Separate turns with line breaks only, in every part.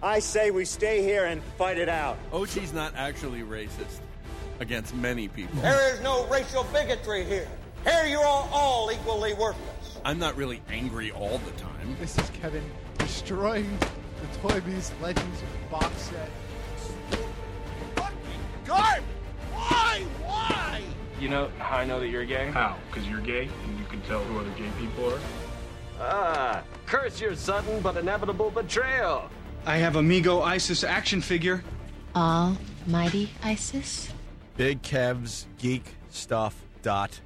I say we stay here and fight it out.
OG's not actually racist against many people.
There is no racial bigotry here. Here you are all equally worthless.
I'm not really angry all the time.
This is Kevin destroying the Toy Biz Legends box set.
Garb! Why? Why?
You know how I know that you're gay?
How? Because you're gay and you can tell who other gay people are?
Ah, curse your sudden but inevitable betrayal.
I have Amigo Isis action figure.
Almighty Isis?
Big Kev's Geek Stuff dot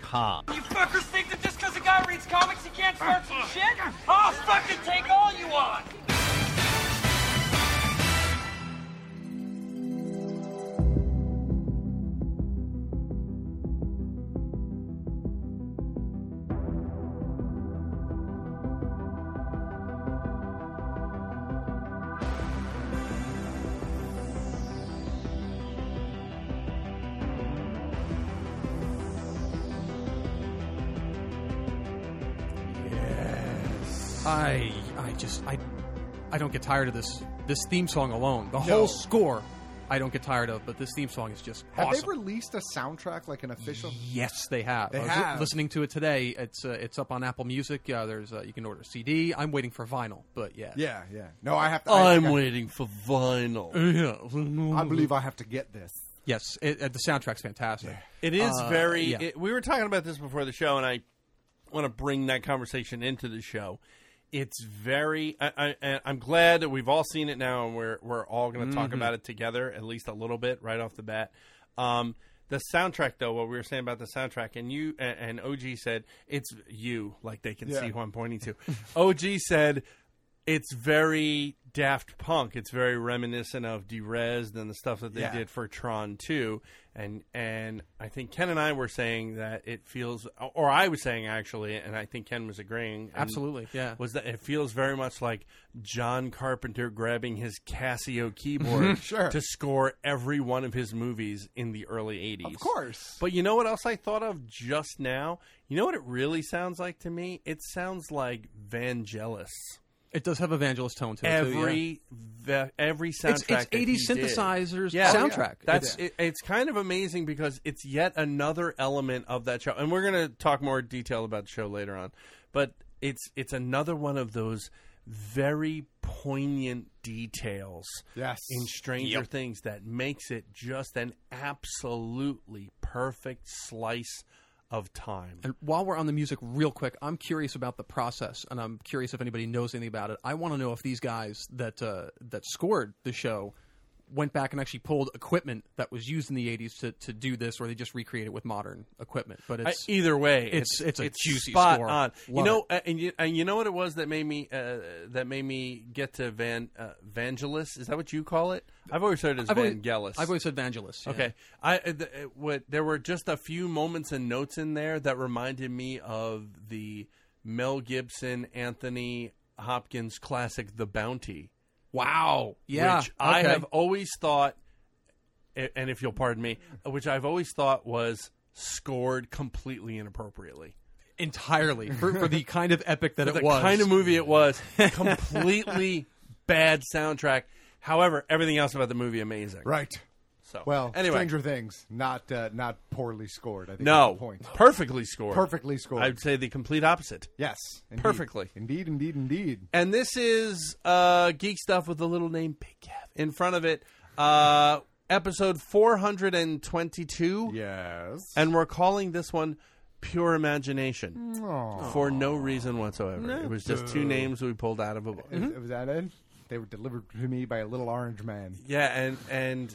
com.
You fuckers think that just because a guy reads comics he can't start some shit? I'll fucking take all you want!
I I just I I don't get tired of this this theme song alone. The whole score I don't get tired of, but this theme song is just
Have
awesome.
they released a soundtrack like an official?
Yes, they have.
They
I was li-
have.
listening to it today. It's uh, it's up on Apple Music. Uh, there's uh, you can order a CD. I'm waiting for vinyl, but yeah.
Yeah, yeah. No, I have
Oh,
to. I
I'm
think I-
waiting for vinyl.
Yeah.
I believe I have to get this.
Yes, it, uh, the soundtrack's fantastic.
It is
Uh,
very.
yeah.
it- we were talking about this before the show, and I want to bring that conversation into the show. It's very. I, I, I'm glad that we've all seen it now, and we're we're all going to talk
Mm-hmm.
about it together at least a little bit right off the bat. Um, the soundtrack, though, what we were saying about the soundtrack, and you and, and OG said it's you, like they can
Yeah.
see who I'm pointing to. OG said it's very Daft Punk. It's very reminiscent of Derez and the stuff that they
Yeah.
did for Tron 2. And and I think Ken and I were saying that it feels, or I was saying actually, and I think Ken was agreeing. and
Absolutely, yeah.
Was that it feels very much like John Carpenter grabbing his Casio keyboard
Sure.
to score every one of his movies in the early 80s.
Of course.
But you know what else I thought of just now? You know what it really sounds like to me? It sounds like Vangelis
It does have evangelist tone to it. too, yeah.
every the, every soundtrack.
It's- it's
that he
80s
did.
synthesizers soundtrack.
That's
Yeah.
it, it's kind of amazing because it's yet another element of that show, and we're gonna talk more detail about the show later on. But it's it's another one of those very poignant details
Yes.
in Stranger Things that makes it just an absolutely perfect slice of time.
And while we're on the music, real quick, I'm curious about the process, and I'm curious if anybody knows anything about it. I want to know if these guys that uh, that scored the show went back and actually pulled equipment that was used in the '80s to, to do this, or they just recreate it with modern equipment. But
I-
it's
either way,
it's- it's a juicy
spot
score.
on. You
Love
know, uh, and you, and you know what it was that made me uh, that made me get to Van uh, Vangelis. Is that what you call it? I've always heard it as
I've always,
Vangelis.
I've always said Vangelis. yeah.
okay. I uh, th- uh, what there were just a few moments and notes in there that reminded me of the Mel Gibson Anthony Hopkins classic The Bounty.
Wow. Yeah.
Which I
okay.
have always thought, a- and if you'll pardon me, which I've always thought was scored completely inappropriately.
entirely for, for the kind of epic that
The
it was.
kind of movie it was, completely bad soundtrack. However, everything else about the movie amazing.
Right.
So
Well,
anyway,
Stranger Things, not uh, not poorly scored. I think that's
no,
the point.
perfectly scored.
Perfectly scored.
I'd say the complete opposite.
Yes. indeed.
Perfectly.
Indeed, indeed, indeed.
And this is uh, Geek Stuff with the little name Big Kev in front of it. Uh, episode 422.
Yes.
And we're calling this one Pure Imagination for no reason whatsoever. It was just two names we pulled out of a book.
Is- was that it? They were delivered to me by a little orange man.
Yeah, and and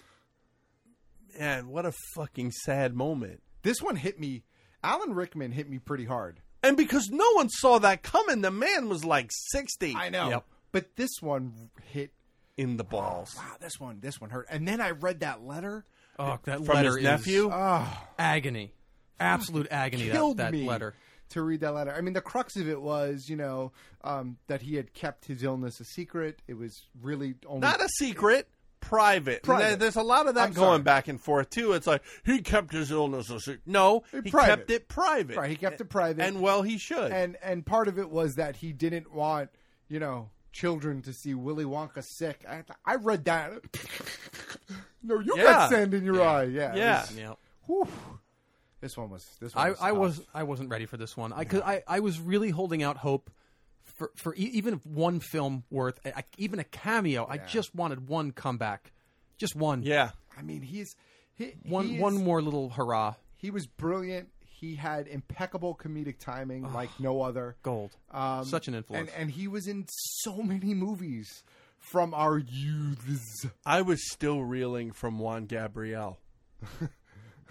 man, what a fucking sad moment.
This one hit me. Alan Rickman hit me pretty hard.
And because no one saw that coming, the man was like sixty.
I know. But this one hit
in the balls.
wow, this one, this one hurt. And then I read that letter.
Oh, that
From
letter
his
is
nephew? Oh.
agony, absolute agony. That,
Killed
that
me
letter.
to read that letter. I mean, the crux of it was, you know, um, that he had kept his illness a secret. It was really only
Not a secret, private.
Private.
There- There's a lot of that
I'm
going
sorry.
back and forth too. It's like he kept his illness a secret. No, he
Private.
kept it private.
Right, he kept it private,
and well, he should.
And and part of it was that he didn't want, you know, children to see Willy Wonka sick. I, I read that. no, you
Yeah.
got sand in your eye. Yeah, it
Yeah.
was-
Yeah.
whew. This one was. This one
I,
was
I
tough.
was I wasn't ready for this one. I, cause I I was really holding out hope for for e- even if one film worth, I, I- even a cameo. I just wanted one comeback, just one.
Yeah.
I mean, he's he,
one
he is-
one more little hurrah.
He was brilliant. He had impeccable comedic timing, like no other.
Gold.
Um,
Such an influence.
And, and he was in so many movies from our youths.
I was still reeling from Juan Gabriel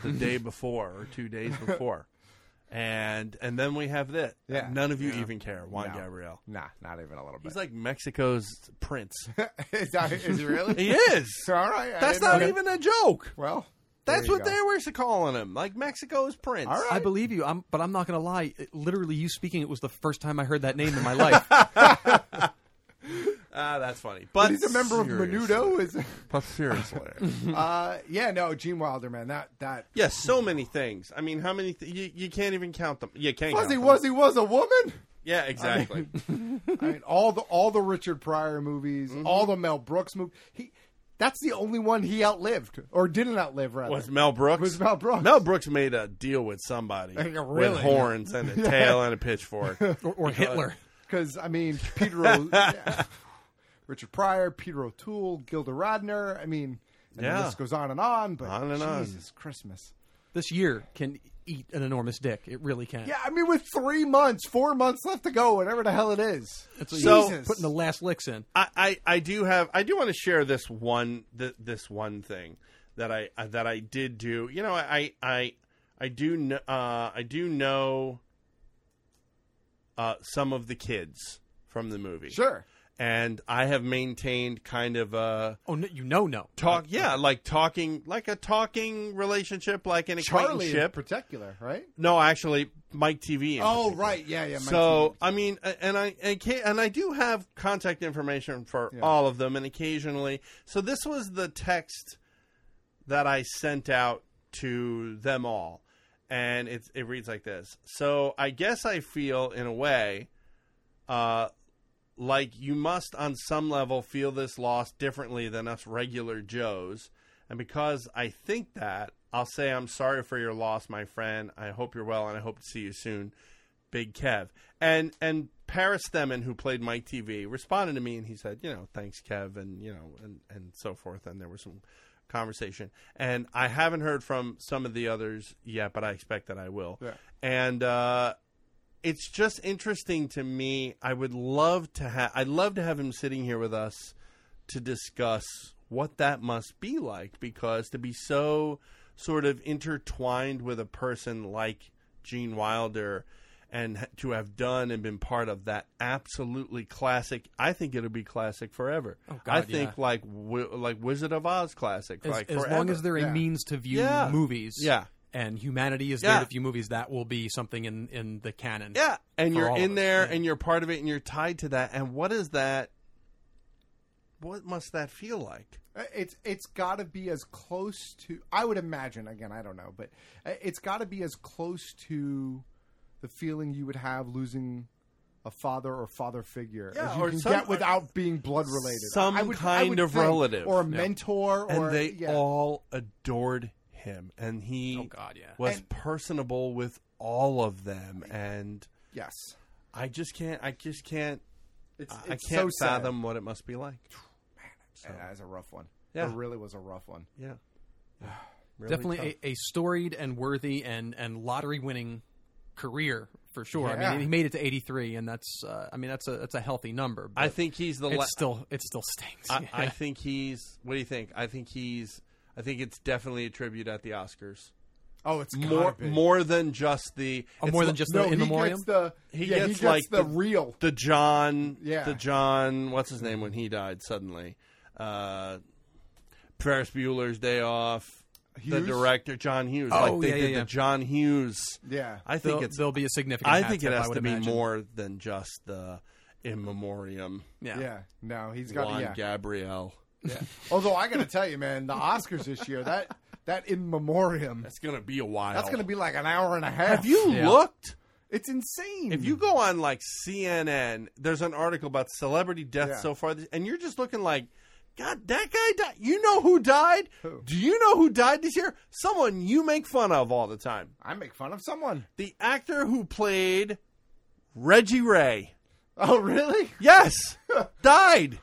the day before or two days before, and and then we have this.
Yeah.
None of you
Yeah.
even care, Juan
No.
Gabriel.
Nah, not even a little
He's like Mexico's prince.
is, that, is he really?
he is.
All right. I
That's
didn't
not
know that.
even a joke.
Well,
that's
there you
what
go.
they were calling him, like Mexico's prince.
I believe you. I'm, but I'm not going to lie. It- literally, you speaking, it was the first time I heard that name in my life.
Ah, that's funny. But,
But he's a member of Menudo, is-
but seriously,
uh, yeah, no, Gene Wilder, man. That that
yes, so many things. I mean, how many? Th- you, you can't even count them. You can't. count
Fuzzy
them.
Wuzzy was a woman.
Yeah, exactly.
I mean, all the all the Richard Pryor movies, all the Mel Brooks movies. He that's the only one he outlived or didn't outlive. Rather,
was Mel Brooks?
Was Mel Brooks?
Mel Brooks made a deal with somebody
Really?
with horns and a
Yeah.
tail and a pitchfork,
Or-
or Hitler.
Because I mean, Peter, O- yeah. Richard Pryor, Peter O'Toole, Gilda Radner. I mean, and
Yeah.
the list goes on and on. But
On and on.
Jesus Christmas.
this year can eat an enormous dick. It really can.
Yeah, I mean, with three months, four months left to go, whatever the hell it is.
That's what
So-
you're putting the last licks in.
I, I, I do have I do want to share this one th- this one thing that I uh, that I did do. You know, I I I do kn- uh, I do know uh, some of the kids from the movie.
Sure.
And I have maintained kind of a
oh no, you know no
talk yeah like talking like a talking relationship like an
Charlie in
acquaintanceship
particular, right?
no, actually, Mike TV. in
Oh,
particular.
right. Yeah, yeah, Mike
so I mean, a- and I and, ca- and I do have contact information for all of them, and occasionally. So this was the text that I sent out to them all, and it it reads like this. So I guess I feel in a way, uh, like you must on some level feel this loss differently than us regular Joes. And because I think that, I'll say I'm sorry for your loss, my friend. I hope you're well and I hope to see you soon. Big Kev. And and Paris Themin, who played Mike TV, responded to me and he said, you know, thanks, Kev, and you know, and, and so forth. And there was some conversation. And I haven't heard from some of the others yet, but I expect that I will.
Yeah.
And uh it's just interesting to me. I would love to have. I'd love to have him sitting here with us to discuss what that must be like, because to be so sort of intertwined with a person like Gene Wilder, and ha- to have done and been part of that absolutely classic. I think it'll be classic forever.
Oh, God,
I think
yeah.
like wi- like Wizard of Oz classic.
As,
like
as long
forever.
as they're a
Yeah.
means to view
Yeah.
movies,
Yeah.
and humanity is
Yeah.
there to view movies, that will be something in in the canon.
Yeah, and
for
you're
all of
in
us.
there, and you're part of it, and you're tied to that. And what is that? What must that feel like?
Uh, It's it's got to be as close to I would imagine again I don't know but uh, it's got to be as close to the feeling you would have losing a father or father figure
Yeah,
as you
or
can
some-
get without being blood related
Some
I would, I
kind
would
of
think,
relative
or a
Yeah.
mentor
and
or
they
yeah.
all adored him, and
Oh,
he was personable with all of them, and
yes,
I just can't, I just can't,
It's-
I
it's so
can't
sad.
fathom what it must be like.
Uh, that is a rough one
Yeah.
it really was a rough one
yeah Really
Definitely a, a storied and worthy and and lottery winning career for sure. I
Yeah.
mean, he made it to eighty three, and that's uh, I mean that's a that's a healthy number.
I
but
think he's the
it's
la-
still it still stinks.
I, I
Yeah.
think he's. What do you think? I think he's. I think it's definitely a tribute at the Oscars.
Oh, it's gotta
more
be.
more than just the
Oh,
it's
more than
like-
just the No, in he memoriam? gets the- yeah,
he
he
gets
gets
like
the real.
the John
Yeah.
the John what's his name when he died suddenly uh Ferris Bueller's Day Off the
Hughes?
director John Hughes
Oh,
like they
yeah, yeah,
did
yeah.
the John Hughes
Yeah.
I think
There'll-
it's
there'll be a significant
I
hat
think it
tip, I
has
would
to be
imagine.
more than just the in memoriam
Yeah. Yeah. No, he's got-
Juan
yeah.
Gabriel
Although I got to tell you, man, the Oscars this year that that in memoriam
that's gonna be a while
that's gonna be like an hour and a half.
Have you looked?
It's insane.
If you go on like CNN, there's an article about celebrity deaths
Yeah.
so far, this- and you're just looking like, God, that guy died. You know who died? Do you know who died this year? Someone you make fun of all the time.
I make fun of someone.
The actor who played Reggie Ray.
Oh, really?
Yes, died.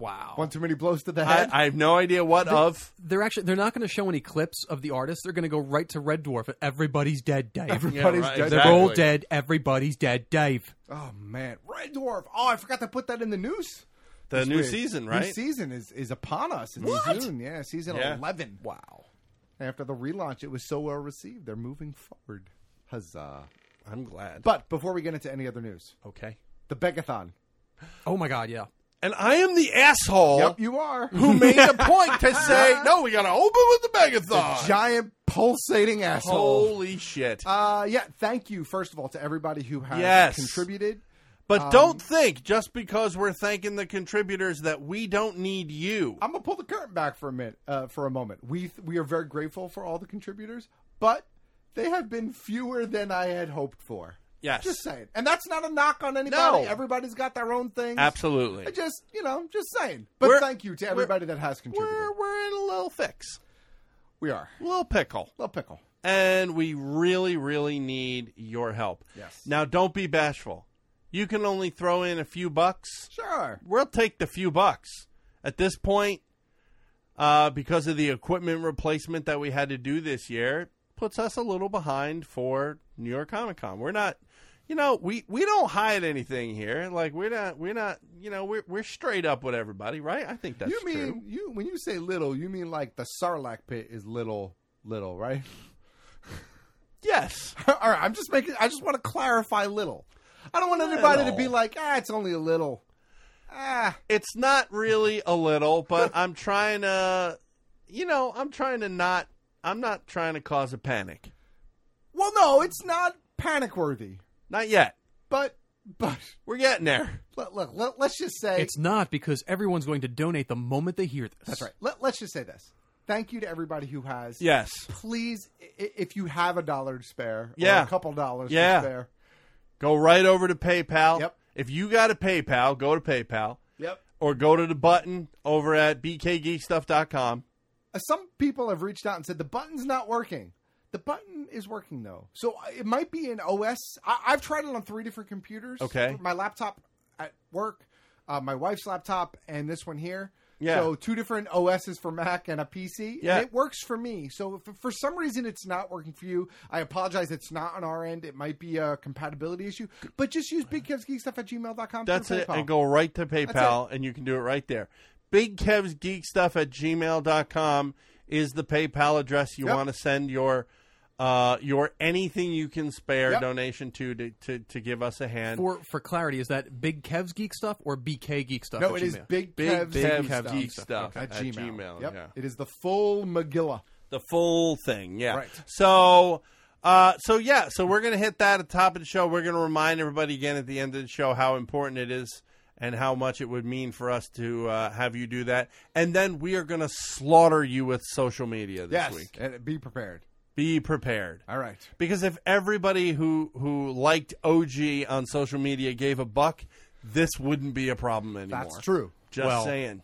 Wow.
One too many blows to the
I,
head.
I have no idea what of.
They're actually they're not going to show any clips of the artist. They're going to go right to Red Dwarf. Everybody's dead, Dave.
Everybody's Yeah, right, dead,
They're all
exactly.
dead. Everybody's dead, Dave.
oh man, Red Dwarf. Oh, I forgot to put that in the news.
The
It's
new
weird.
season,
New
right?
season is is upon us in
What?
June. Yeah, season
Yeah.
eleven. Wow. After the relaunch, it was so well received. They're moving forward. Huzzah!
I'm glad.
But before we get into any other news,
okay,
the Begathon.
Oh my God, yeah.
And I am the asshole.
Yep, you are.
Who made a point to say, no, we got to open with the megathon.
The giant pulsating asshole.
Holy shit.
Uh, yeah. Thank you, first of all, to everybody who has
Yes.
contributed.
But
Um,
don't think just because we're thanking the contributors that we don't need you.
I'm gonna pull the curtain back for a minute, uh, for a moment. We we are very grateful for all the contributors, but they have been fewer than I had hoped for.
Yes.
just saying, and that's not a knock on anybody.
No.
Everybody's got their own things.
Absolutely.
I just you know, just saying. But
We're-
thank you to everybody that has contributed.
We're, we're in a little fix.
We are.
Little pickle.
Little pickle.
And we really, really need your help.
Yes.
Now, don't be bashful. You can only throw in a few bucks.
Sure.
We'll take the few bucks. At this point, uh, because of the equipment replacement that we had to do this year, puts us a little behind for New York Comic Con. We're not, you know, we, we don't hide anything here. Like we're not, we're not, you know, we're we're straight up with everybody, right? I think that's
you mean
true.
you when you say little, you mean like the Sarlacc pit is little, little, right?
Yes.
All right. I'm just making. I just want to clarify little. I don't want anybody to be
Little.
like, ah, it's only a little. Ah.
It's not really a little, but I'm trying to, you know, I'm trying to not, I'm not trying to cause a panic.
Well, no, it's not panic worthy.
Not yet.
But but
we're getting there.
Look, look let, us just say
It's not because everyone's going to donate the moment they hear this.
that's right. Let, let's just say this. Thank you to everybody who has.
Yes.
Please, i- if you have a dollar to spare, or
Yeah.
a couple dollars
Yeah.
to spare.
Go right over to PayPal. Yep. If you got a PayPal, go to PayPal.
Yep.
Or go to the button over at bkgeekstuff.com.
Uh, Some people have reached out and said the button's not working. The button is working though, so I- it might be an OS. I, I've tried it on three different computers.
Okay.
my laptop at work, uh, my wife's laptop, and this one here.
Yeah.
So two different OSs for Mac and a PC,
Yeah.
and it works for me. So if for some reason it's not working for you, I apologize. It's not on our end. It might be a compatibility issue, but just use bigkevsgeekstuff at gmail.com.
That's
through
it.
PayPal.
And go right to
That's it.
PayPal, and you can do it right there. BigKevsGeekStuff at gmail.com is the PayPal address you
Yep.
want to send your uh, your anything you can spare
Yep.
donation to to, to to give us a hand.
For for clarity, is that Big Kev's geek stuff or BK geek stuff?
No,
at
it is
Gmail?
Big Kev's,
Kev's Geek Stuff
at,
at
Gmail.
Gmail,
Yep.
yeah.
It is the full Megillah.
the full thing. Yeah.
Right.
So, uh, so yeah, so we're gonna hit that at the top of the show. We're gonna remind everybody again at the end of the show how important it is and how much it would mean for us to uh, have you do that. And then we are gonna slaughter you with social media this
Yes,
week.
and be prepared.
Be prepared.
All right.
Because if everybody who who liked OG on social media gave a buck, this wouldn't be a problem anymore.
That's true.
Just
Well,
saying.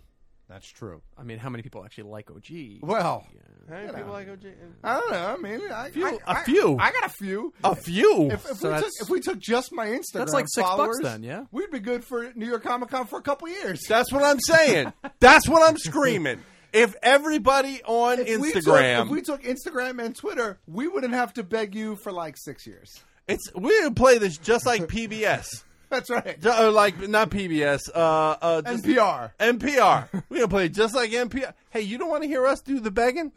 That's true.
I mean, how many people actually like OG?
Well,
Hey,
you
people
know.
like OG.
I don't know. I mean, I,
Few-
I-
a
I-
few.
I got a few.
A few.
If, if
So
we took,
that's-
if we took just my Instagram,
That's like six bucks
followers,
then, yeah?
we'd be good for New York Comic Con for a couple years.
That's what I'm saying. That's what I'm screaming. If everybody on
If we took-
Instagram,
if we took Instagram and Twitter, we wouldn't have to beg you for like six years.
it's we would play this just like PBS.
That's right.
Ju- or like not PBS, uh, uh, just-
NPR.
NPR. We're gonna play just like NPR. Hey, you don't want to hear us do the begging?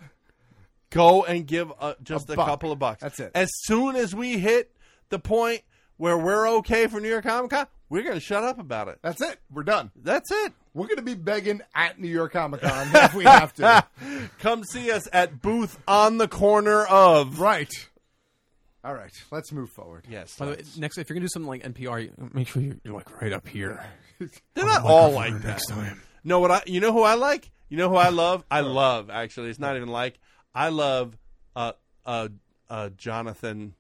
Go and give a, just
A
a,
buck.
couple of bucks.
That's it.
As soon as we hit the point where we're okay for New York Comic Con, we're going to shut up about it.
That's it. We're done.
That's it.
We're going to be begging at New York Comic Con if we have to.
Come see us at booth on the corner of.
Right. All right, let's move forward.
Yes.
By the way, next if you're gonna do something like NPR, you, make sure you're, you're like right up here.
They're
On
not
the
all
microphone
like that.
next time.
No, what I you know who I like? You know who I love? I love actually. It's not even like I love uh uh uh Jonathan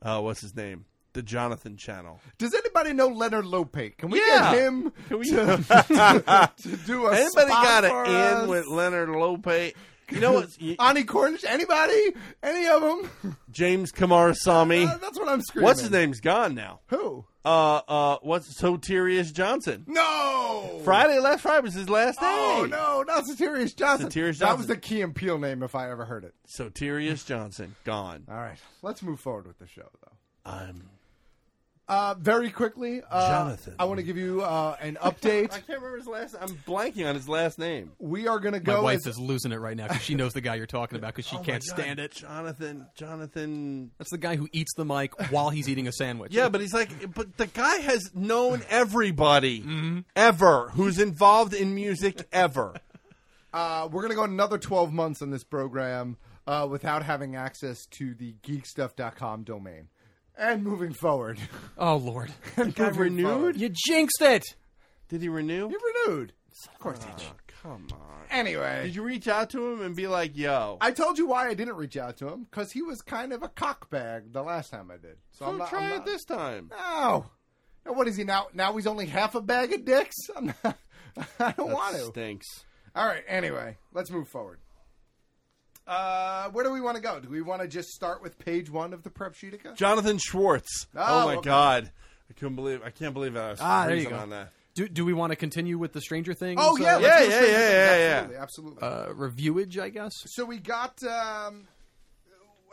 uh what's his name? The Jonathan channel.
Does anybody know Leonard Lopate? Can we
Yeah.
get him
Can we-
to, to, to do a
Anybody
spot
got
for
an
us?
in with Leonard Lope? You know what?
Ani Cornish? Anybody? Any of them?
James Kamarasamy.
That's what I'm screaming.
What's his name's gone now?
Who?
Uh uh what's Soterius Johnson?
No.
Friday last Friday was his last day.
Oh no, not Satirius Johnson.
Soterius
That was
Johnson.
the Key and Peele name if I ever heard it.
Soterius Johnson gone.
All right, let's move forward with the show though.
I'm
Uh, very quickly, uh,
Jonathan.
I want to give you uh, an update.
I can't remember his last I'm blanking on his last name.
we are going to
My
go.
wife
as-
is losing it right now because she knows the guy you're talking about because she
Oh my
can't
God,
stand it.
Jonathan, Jonathan.
That's the guy who eats the mic while he's eating a sandwich.
Yeah, but he's like, but the guy has known everybody ever who's involved in music ever.
Uh, we're going to go another 12 months on this program uh, without having access to the geekstuff.com domain. And moving forward.
Oh Lord,
And
guy
moving
renewed?
forward.
you jinxed it.
Did he renew?
You renewed. Of course he did.
Come on.
Anyway,
Did you reach out to him and be like, yo?
I told you why I didn't reach out to him because he was kind of a cockbag the last time I did. So I'm
Don't
not,
try
I'm
it
not-
this time.
No. Now, what is he now? Now he's only half a bag of dicks? I'm not, I don't
That
want to.
stinks.
All right. Anyway, let's move forward. Uh, where do we want to go? Do we want to just start with page one of the prep sheetica?
Jonathan Schwartz.
Oh,
Oh, my
okay.
God. I couldn't believe I can't believe I was
Ah, there you
freezing
go.
on that.
Do, do we want to continue with the Stranger Things?
Oh yeah,
uh,
let's do
yeah,
a Stranger
yeah,
Things.
yeah, yeah.
absolutely, absolutely.
uh, reviewage, I guess.
so we got. Um,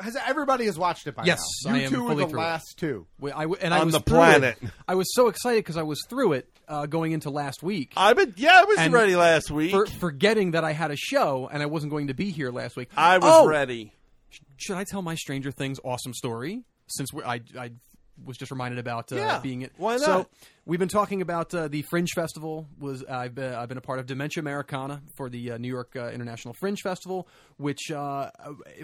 has everybody has watched it by
Yes,
now?
I
you
am
two
fully
are the
through it.
last two.
We- I w- and I
On
was
the
through it.
planet.
I was so excited because I was through it uh, going into last week.
I've been, yeah, I was
And
ready last week.
For, forgetting that I had a show and I wasn't going to be here last week.
I was
Oh,
ready.
Should I tell my Stranger Things awesome story? Since we I, I was just reminded about uh,
Yeah,
being it.
why
So
not?
we've been talking about uh, the Fringe Festival. Was I've been, I've been a part of Dementia Americana for the uh, New York uh, International Fringe Festival, which uh,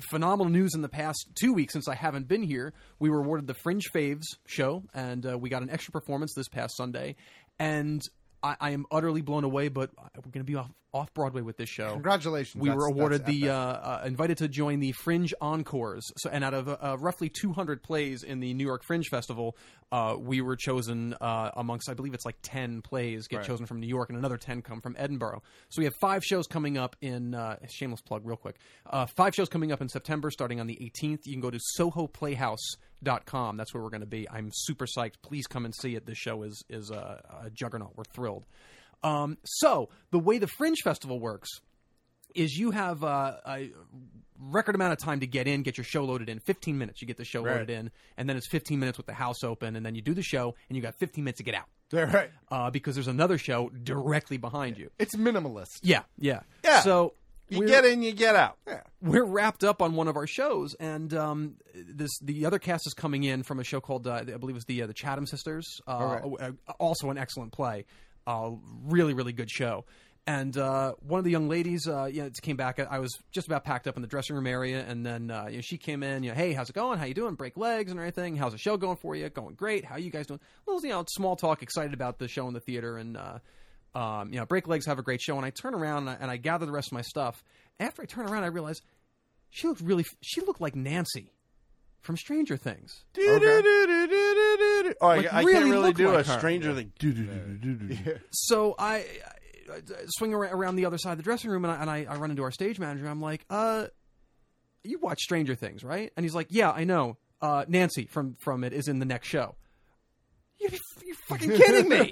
phenomenal news in the past two weeks since I haven't been here. We were awarded the Fringe Faves show, and uh, we got an extra performance this past Sunday, and. I, I am utterly blown away, but we're going to be off off Broadway with this show.
Congratulations!
We
That's-
were awarded
that's
the uh,
epic.
uh, invited to join the Fringe Encores. So, and out of uh, roughly 200 plays in the New York Fringe Festival, uh, we were chosen uh, amongst I believe it's like 10 plays get
Right.
chosen from New York, and another 10 come from Edinburgh. So we have five shows coming up in uh, shameless plug, real quick. Uh, five shows coming up in September, starting on the 18th. You can go to SohoPlayhouse.com. That's where we're going to be. I'm super psyched. Please come and see it. This show is is uh, a juggernaut. We're thrilled. Um, so the way the Fringe Festival works is you have uh, a record amount of time to get in, get your show loaded in. 15 minutes, you get the show
Right.
loaded in, and then it's 15 minutes with the house open, and then you do the show, and you got 15 minutes to get out
They're right.
uh, because there's another show directly behind you.
It's minimalist.
Yeah, yeah,
Yeah.
So
You
we're-
get in, you get out.
we're wrapped up on one of our shows, and um, this the other cast is coming in from a show called uh, I believe it was the uh, the Chatham Sisters, uh, uh, also an excellent play, uh, really really good show. And uh, one of the young ladies, uh, you know, just came back. I- I was just about packed up in the dressing room area, and then uh, you know, she came in. You know, hey, how's it going? How you doing? Break legs and everything. How's the show going for you? Going great. How you guys doing? Little you know, small talk, excited about the show in the theater, and uh, um, you know, break legs have a great show. And I turn around and I, and I gather the rest of my stuff. After I turn around, I realize she looked really. She looked like Nancy from Stranger Things.
Do-do-do-do-do-do-do. Oh, I-
Like,
I,
really
can't really
look
do
like
a
her.
stranger thing. Do-do-do-do-do-do.
So I, I, I swing ar- around the other side of the dressing room and I, and I, I run into our stage manager. I'm like, uh, you watch Stranger Things, right? And he's like, yeah, I know. Uh, Nancy from from it is in the next show. You, you're fucking kidding me.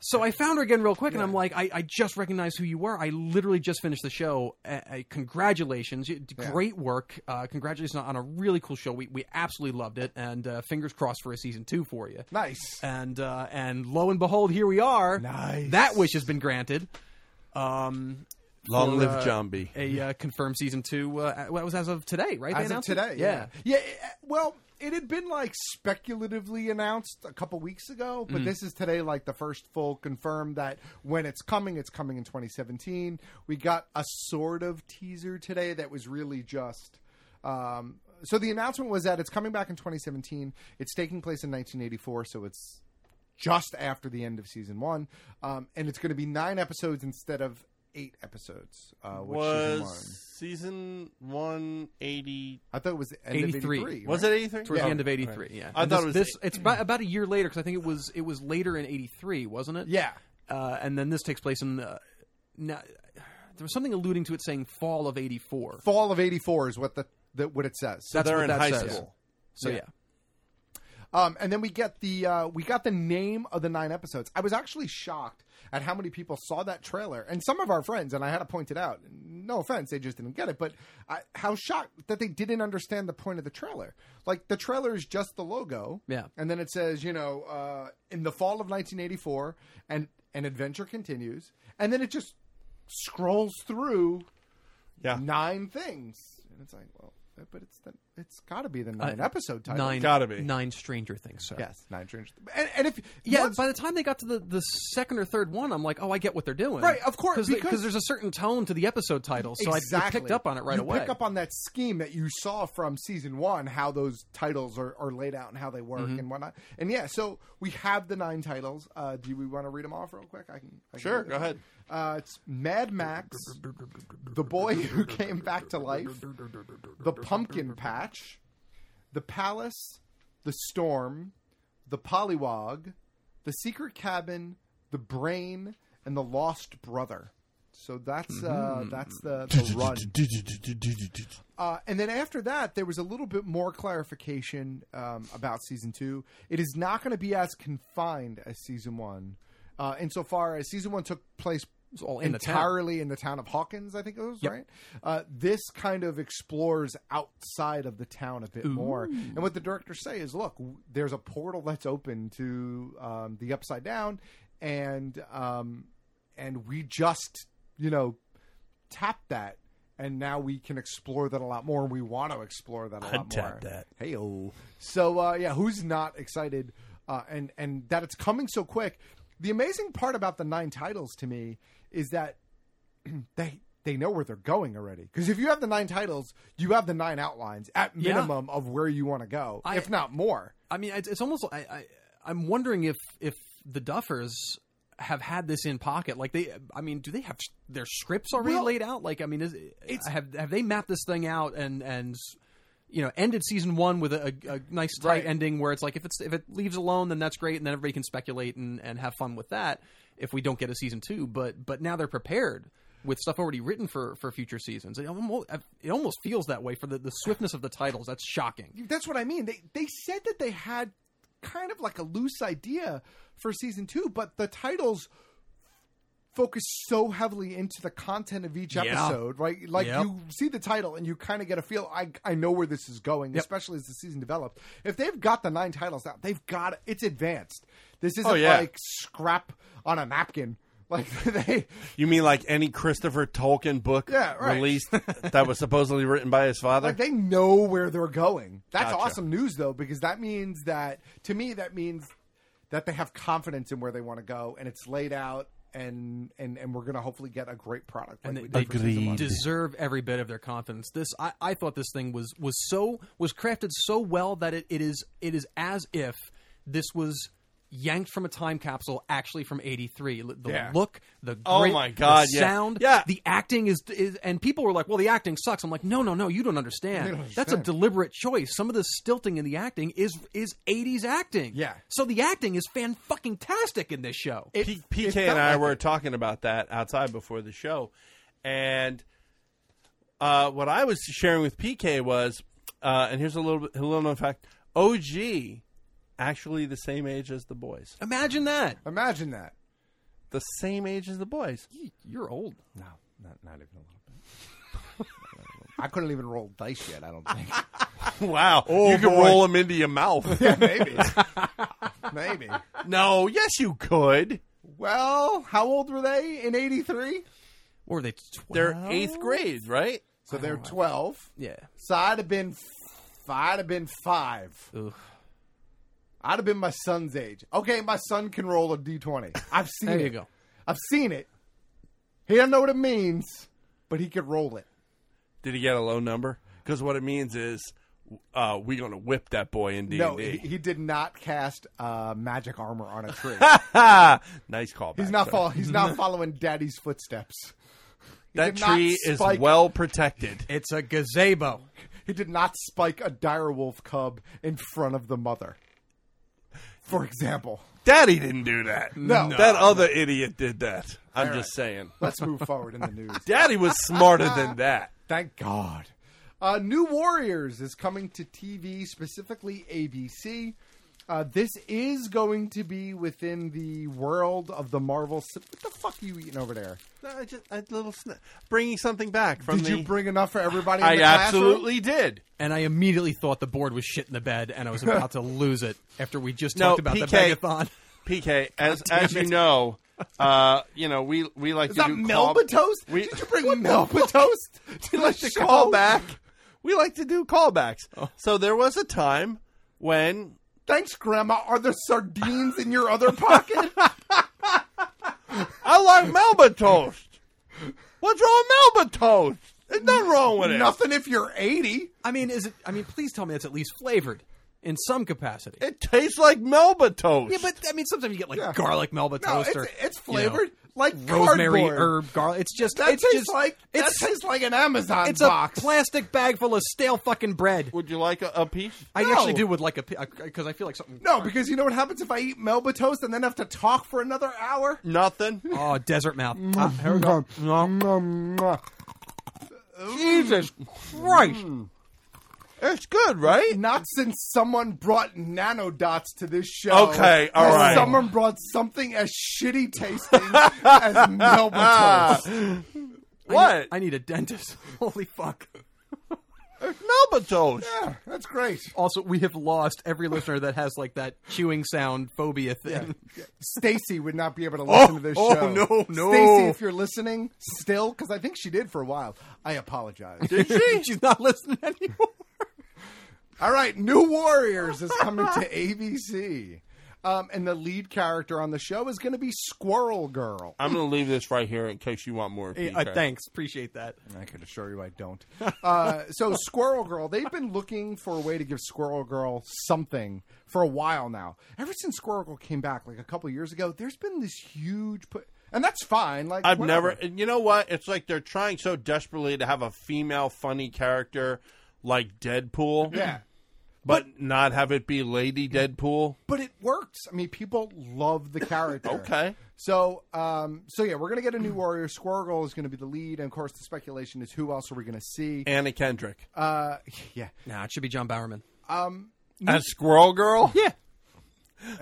so I found her again real quick, and I'm like, I, I just recognized who you were. I literally just finished the show. Uh, uh, congratulations, You- great work. Uh, congratulations on on a really cool show. We we absolutely loved it, and uh, fingers crossed for a season two for you.
Nice.
And uh, and lo and behold, here we are.
Nice.
That wish has been granted. Um,
Long
for,
live
uh,
John B.
A uh, confirmed season two. Uh, well, it was as of today, right? They
As of
announced it?
today, yeah. yeah, it- Well, it had been like speculatively announced a couple weeks ago, but
Mhm.
this is today, like the first full confirmed that when it's coming, it's coming in 2017. We got a sort of teaser today that was really just. Um, so the announcement was that it's coming back in 2017. It's taking place in 1984, so it's just after the end of season one, um, and it's going to be nine episodes instead of eight episodes. Uh, which season
was
one.
season one eighty?
I thought it was the end of 83, 83,
Was
right?
it eighty three?
Towards the end of '83, yeah.
I
And
thought
this,
it was.
this. It's about, about a year later because I think it was it was later in '83, wasn't it?
Yeah.
Uh, and then this takes place in. Uh, now, there was something alluding to it saying fall of '84.
fall of '84 is what the, the what it says.
So That's they're what in that high says. school. So yeah.
Um, and then we get the uh, we got the name of the nine episodes. I was actually shocked at how many people saw that trailer, and some of our friends. And I had to point it out. No offense, they just didn't get it. But I, how shocked that they didn't understand the point of the trailer. Like the trailer is just the logo,
Yeah.
and then it says, you know, uh, in the fall of 1984, and an adventure continues, and then it just scrolls through nine things, and it's like, well, but it's the, it's got to be the nine
Uh,
episode title.
Nine, Gotta be nine Stranger Things. Sir.
Yes, nine Stranger. And, and if
yeah, by the time they got to the, the second or third one, I'm like, oh, I get what they're doing,
Right, of course,
they-
because-
there's a certain tone to the episode title, so I
exactly.
picked up on it right
you
away.
Pick up on that scheme that you saw from season one, how those titles are, are laid out and how they work
Mhm.
and whatnot. And yeah, so we have the nine titles. Uh, do we want to read them off real quick? I can. I can
Sure,
read them.
go ahead.
Uh, it's Mad Max, the boy who came back to life, the pumpkin patch, the palace, the storm, the polywog, the secret cabin, the brain, and the lost brother. So that's uh,
Mhm.
that's the, the run. Uh, and then after that, there was a little bit more clarification um, about season two. It is not going to be as confined as season one, uh, insofar as season one took place
all in the town.
entirely in the town of Hawkins, I think it was,
Yep.
right? Uh, this kind of explores outside of the town a bit
Ooh.
more. And what the directors say is look, w- there's a portal that's open to um, the upside down, and, um, and we just, you know, tap that and now we can explore that a lot more and we want to explore that a
I'd
lot
tap
more
that.
hey so uh, yeah who's not excited uh, and and that it's coming so quick the amazing part about the nine titles to me is that they they know where they're going already because if you have the nine titles you have the nine outlines at
Yeah.
minimum of where you want to go
I-
if not more
I mean, it's, it's almost. I, I I'm wondering if if the Duffers have had this in pocket. Like they, I mean, do they have s- their scripts already laid out? Like, I mean, is, have have they mapped this thing out and and you know ended season one with a, a, a nice tight ending where it's like if it's if it leaves alone then that's great and then everybody can speculate and and have fun with that if we don't get a season two. But but now they're prepared. With stuff already written for, for future seasons, it almost, it almost feels that way for the, the swiftness of the titles. That's shocking.
that's what i mean they they said that they had kind of like a loose idea for season two but the titles focus so heavily into the content of each
Yeah.
episode, right? Like
Yep.
you see the title and you kind of get a feel. I I know where this is going, especially as the season develops. If they've got the nine titles out, they've got it's advanced. This isn't
Oh, yeah.
like scrap on a napkin. Like they
You mean like any Christopher Tolkien book
Yeah, right.
released that was supposedly written by his father?
like they know where they're going. That's
Gotcha.
awesome news though because that means that to me that means that they have confidence in where they want to go and it's laid out. And, and and we're gonna hopefully get a great product.
and
like
they,
we did for season one.
deserve every bit of their confidence. This I, I thought this thing was was so was crafted so well that it, it is it is as if this was yanked from a time capsule actually from 83 L- the
Yeah.
look the
Oh
great-
my God,
the
yeah.
sound the acting is, is and people were like well the acting sucks i'm like no no no you don't understand,
You don't
that's a
understand.
deliberate choice some of the stilting in the acting is is 80s acting yeah so the acting is fan fucking tastic in this show
P- PK and I were talking about that outside before the show, and uh, what I was sharing with PK was, uh, and here's a little bit, a little known fact: OG actually the same age as the boys.
Imagine that.
Imagine that.
The same age as the boys.
You're old.
No, not not even a little bit. I couldn't even roll dice yet. I don't think.
Wow.
Oh,
you could
boy.
roll them into your mouth.
Yeah, maybe. Maybe.
No, yes, you could.
Well, how old were they in '83?
Or they? 12?
They're eighth grade, right? Oh,
So they're twelve.
Yeah.
So I'd have been, f- I'd have been five. I'd have been my son's age. Okay, my son can roll a d twenty. I've seen
There
it.
you go.
I've seen it. He doesn't know what it means, but he could roll it.
Did he get a low number? Because what it means is uh, we're gonna whip that boy in D
No,
and
he,
D.
he did not cast uh, magic armor on a tree.
Nice call.
he's not follow, He's not following Daddy's footsteps. He
That
did not
tree is
spike-
well protected.
It's a gazebo.
He did not spike a direwolf cub in front of the mother. For example,
Daddy didn't do that.
No.
that other idiot did that. I'm
All
just
right.
saying.
Let's move forward in the news.
Daddy was smarter than that.
Thank God. Uh, New Warriors is coming to TV, specifically ABC. Uh, this is going to be within the world of the Marvel. ci- What the fuck are you eating over there?
I just a little sna- bringing something back from.
Did
the-
you bring enough for everybody? In
I
the classroom?
absolutely did.
And I immediately thought the board was shit in the bed, and I was about to lose it after we just
No,
talked about the
PK
megathon.
PK, as
God damn
as you
it.
know, uh, you know we we like
Is
to
that
do
Melba
call-
toast?
We
Did you bring Melba toast?
we
To
like
the
to
show?
call back. We like to do callbacks. So there was a time when
Thanks, Grandma. Are there sardines in your other pocket?
I like Melba toast. What's wrong with Melba toast? There's nothing wrong with it.
Nothing if you're 80.
I mean, is it? I mean, please tell me it's at least flavored in some capacity.
It tastes like Melba toast.
Yeah, but I mean, sometimes you get like
Yeah.
garlic Melba
No,
toast
it's-
or
it's
you know,
flavored like
rosemary
cardboard.
herb garlic. It's just
That
it's
tastes
just
like
it's
that tastes like an Amazon
it's
box.
a plastic bag full of stale fucking bread.
Would you like a, a piece?
I
No.
actually do would like a because I feel like something.
no, because you know what happens if I eat Melba toast and then have to talk for another hour?
Nothing.
Oh, desert mouth.
Mm-hmm.
Ah, here we go.
Jesus Christ.
It's good, right?
Not since someone brought nanodots to this show.
Okay, all
has
right.
Someone brought something as shitty tasting as Melba toast.
I
Ah. What?
need, I need a dentist. Holy fuck.
Melba toast.
Yeah, that's great.
Also, we have lost every listener that has like that chewing sound phobia thing.
Stacy would not be able to listen
Oh,
to this
oh,
show.
no, no.
Stacy, if you're listening still, because I think she did for a while, I apologize.
She's not listening anymore.
All right, New Warriors is coming to ABC. Um, and the lead character on the show is going to be Squirrel Girl.
I'm going to leave this right here in case you want more.
Eh, uh, thanks, appreciate that.
I can assure you I don't. Uh, so, Squirrel Girl, they've been looking for a way to give Squirrel Girl something for a while now. Ever since Squirrel Girl came back, like a couple years ago, there's been this huge. Pu- and that's fine. Like
I've
whatever.
never. You know what? It's like they're trying so desperately to have a female funny character like Deadpool.
Yeah.
But, not have it be Lady Deadpool.
but it works. I mean, people love the character.
Okay.
So, um, so yeah, we're gonna get a new warrior. Squirrel Girl is gonna be the lead, and of course, the speculation is who else are we gonna see?
Anna Kendrick.
Uh, yeah.
Nah, it should be John Bowerman.
Um,
As Squirrel Girl?
Yeah.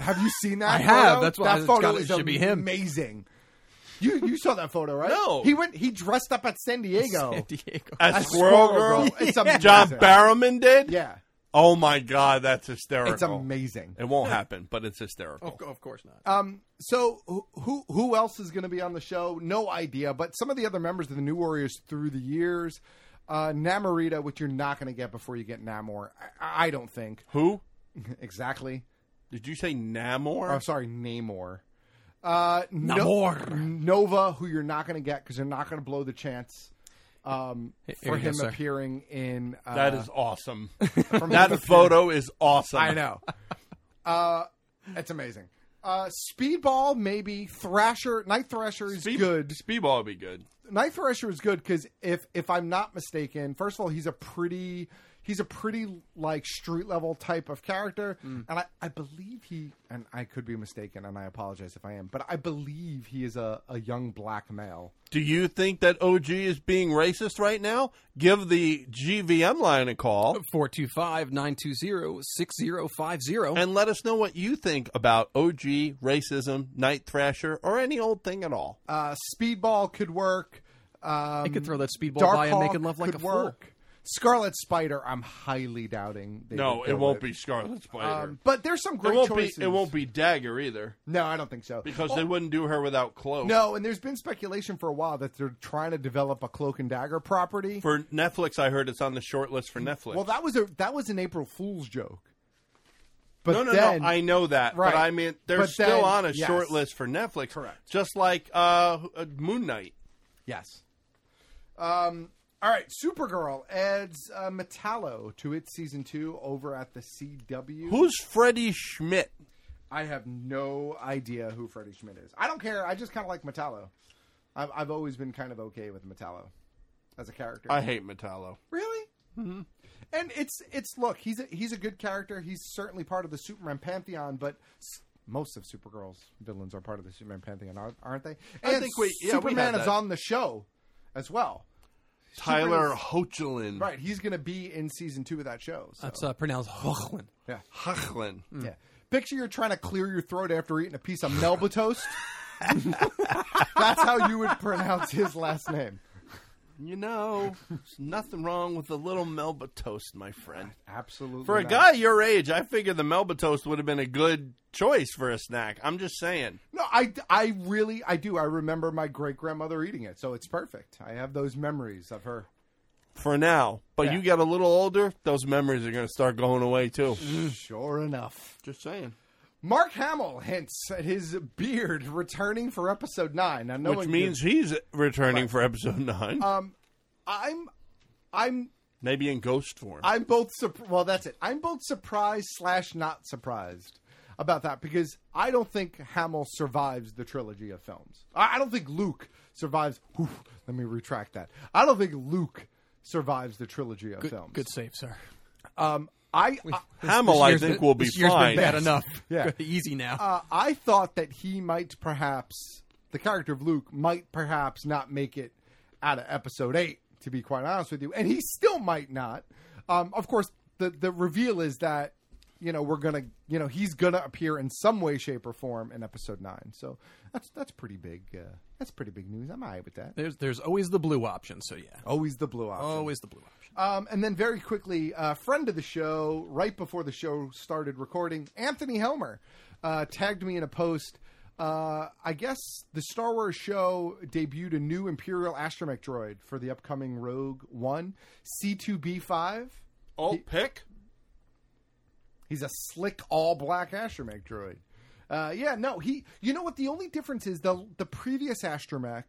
have you seen that?
I have.
photo?
That's why
that
it's
photo
gotta- it
is
should be him.
Amazing. You you saw that photo, right?
No.
He went. He dressed up at San Diego.
San Diego.
As,
As
Squirrel,
Squirrel
Girl?
Girl. It's amazing.
John Barrowman did?
Yeah,
Oh my God, that's hysterical.
it's Oh, amazing.
It won't happen, but it's hysterical.
Of course not.
Um, so who- who who else is going to be on the show? No idea. But some of the other members of the New Warriors through the years, uh, Namorita, which you're not going to get before you get Namor. I, I don't think
Who?
exactly.
Did you say Namor?
Oh, sorry, Namor. Uh, No-
Namor.
Nova, who you're not going to get because they're not going to blow the chance um,
Here
for
we go,
him
sir.
appearing in. Uh,
that is awesome.
from him
that photo is awesome.
I know. uh, it's amazing. Uh, Speedball, maybe Thrasher, Night Thrasher is
Speed-
good.
Speedball would be good.
Night Thrasher is good because if if I'm not mistaken, first of all, he's a pretty he's a pretty like street level type of character,
Mm.
and I, I believe he and I could be mistaken, and I apologize if I am, but I believe he is a, a young black male.
Do you think that OG is being racist right now? Give the GVM line a call
425-920-6050.
and let us know what you think about OG, racism, Night Thrasher, or any old thing at all.
Uh, Speedball could work. Um,
I could throw that speedball
Dark
by and make it
Hawk
love like
could
a fool.
work. Scarlet Spider, I'm highly doubting. they
no,
would
it
go
won't
with.
be Scarlet Spider.
Um, but there's some great
it won't
choices.
Be, it won't be Dagger either.
No, I don't think so.
Because
Oh.
they wouldn't do her without cloak.
No, and there's been speculation for a while that they're trying to develop a cloak and dagger property.
For Netflix, I heard it's on the short list for Netflix.
Well, that was a that was an April Fool's joke. But
no, no,
then-
no. I know that,
Right.
but I mean, they're
But
still
then-
on a
yes.
short list for Netflix, correct? Just like uh, uh, Moon Knight.
Yes. Um, all right, Supergirl adds uh, Metallo to its season two over at the CW.
Who's Freddie Schmidt?
I have no idea who Freddie Schmidt is. I don't care. I just kind of like Metallo. I've, I've always been kind of okay with Metallo as a character.
I hate Metallo.
Really? Mm-hmm. And it's it's look, he's a, he's a good character. He's certainly part of the Superman pantheon, but s- most of Supergirl's villains are part of the Superman pantheon, aren't- aren't they?
I
And
think we- yeah, we
Superman
had
is
that.
on the show as well.
Tyler
Superman's-
Hoechlin.
right? He's going to be in season two of that show. So.
That's uh, pronounced Hoechlin.
Yeah.
Hoechlin.
Yeah. Picture you're trying to clear your throat after eating a piece of Melba toast. That's how you would pronounce his last name.
You know, there's nothing wrong with a little Melba toast, my friend.
Absolutely.
For a
not.
guy your age, I figure the Melba toast would have been a good choice for a snack. I'm just saying.
No, I, I really, I do. I remember my great grandmother eating it, so it's perfect. I have those memories of her.
For now, but
Yeah.
you get a little older, those memories are going to start going away too.
Sure enough.
Just saying.
Mark Hamill hints at his beard returning for episode nine. Now, no
Which
one
means
gives-
he's returning for episode nine,
Um, I'm, I'm,
maybe in ghost form.
I'm both. Sur- well, that's it. I'm both surprised slash not surprised about that because I don't think Hamill survives the trilogy of films. I, I don't think Luke survives. oof, let me retract that. I don't think Luke survives the trilogy of
Good,
films.
good save, sir.
Um, I, I
Hamill,
This
I
year's
think,
been-
will be
this year's been
fine.
bad enough.
Yeah.
easy now.
uh, I thought that he might perhaps the character of Luke might perhaps not make it out of episode eight. To be quite honest with you, and he still might not. Um, of course, the the reveal is that you know we're gonna you know he's gonna appear in some way, shape, or form in episode nine. So that's that's pretty big. Uh, that's pretty big news. I'm alright with that.
There's there's always the blue option. So yeah,
Always the blue option.
always the blue option.
Um, and then very quickly, uh, friend of the show, right before the show started recording, Anthony Helmer uh, tagged me in a post. Uh, I guess the Star Wars show debuted a new Imperial astromech droid for the upcoming Rogue One C2B5.
Alt pick.
He's a slick all black astromech droid. Uh, yeah, no, he. You know what? The only difference is the the previous astromech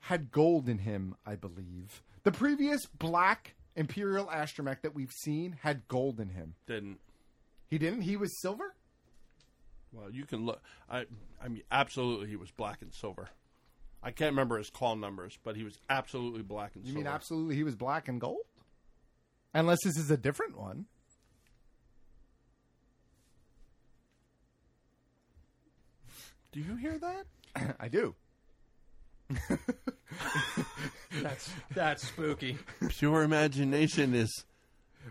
had gold in him, I believe. The previous black imperial astromech that we've seen had gold in him.
Didn't.
He didn't. He was silver.
Well, you can look. I, I mean, absolutely, he was black and silver. I can't remember his call numbers, but he was absolutely black and
You
silver.
mean absolutely? He was black and gold. Unless this is a different one.
Do you hear that?
I do.
That's that's spooky.
Pure imagination is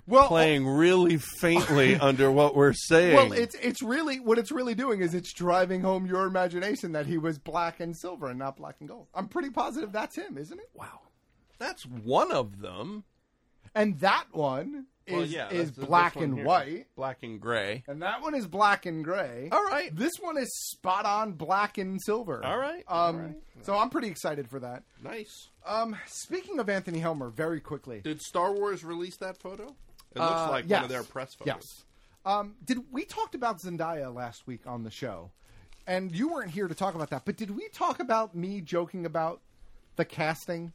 Well,
playing really faintly under what we're saying.
Well, it's it's really what it's really doing is it's driving home your imagination that he was black and silver and not black and gold. I'm pretty positive that's him, isn't it?
Wow.
that's one of them.
And that one is
Well, yeah,
is
that's- that's
black
one
and
here.
white,
black and gray.
and that one is black and gray.
All right.
This one is spot on black and silver.
All right.
Um,
All right.
so I'm pretty excited for that.
Nice.
Um, speaking of Anthony Helmer, very quickly.
Did Star Wars release that photo? It looks
Uh,
like
yes.
one of their press photos.
Yes. Um, did we talked about Zendaya last week on the show, and you weren't here to talk about that? But did we talk about me joking about the casting,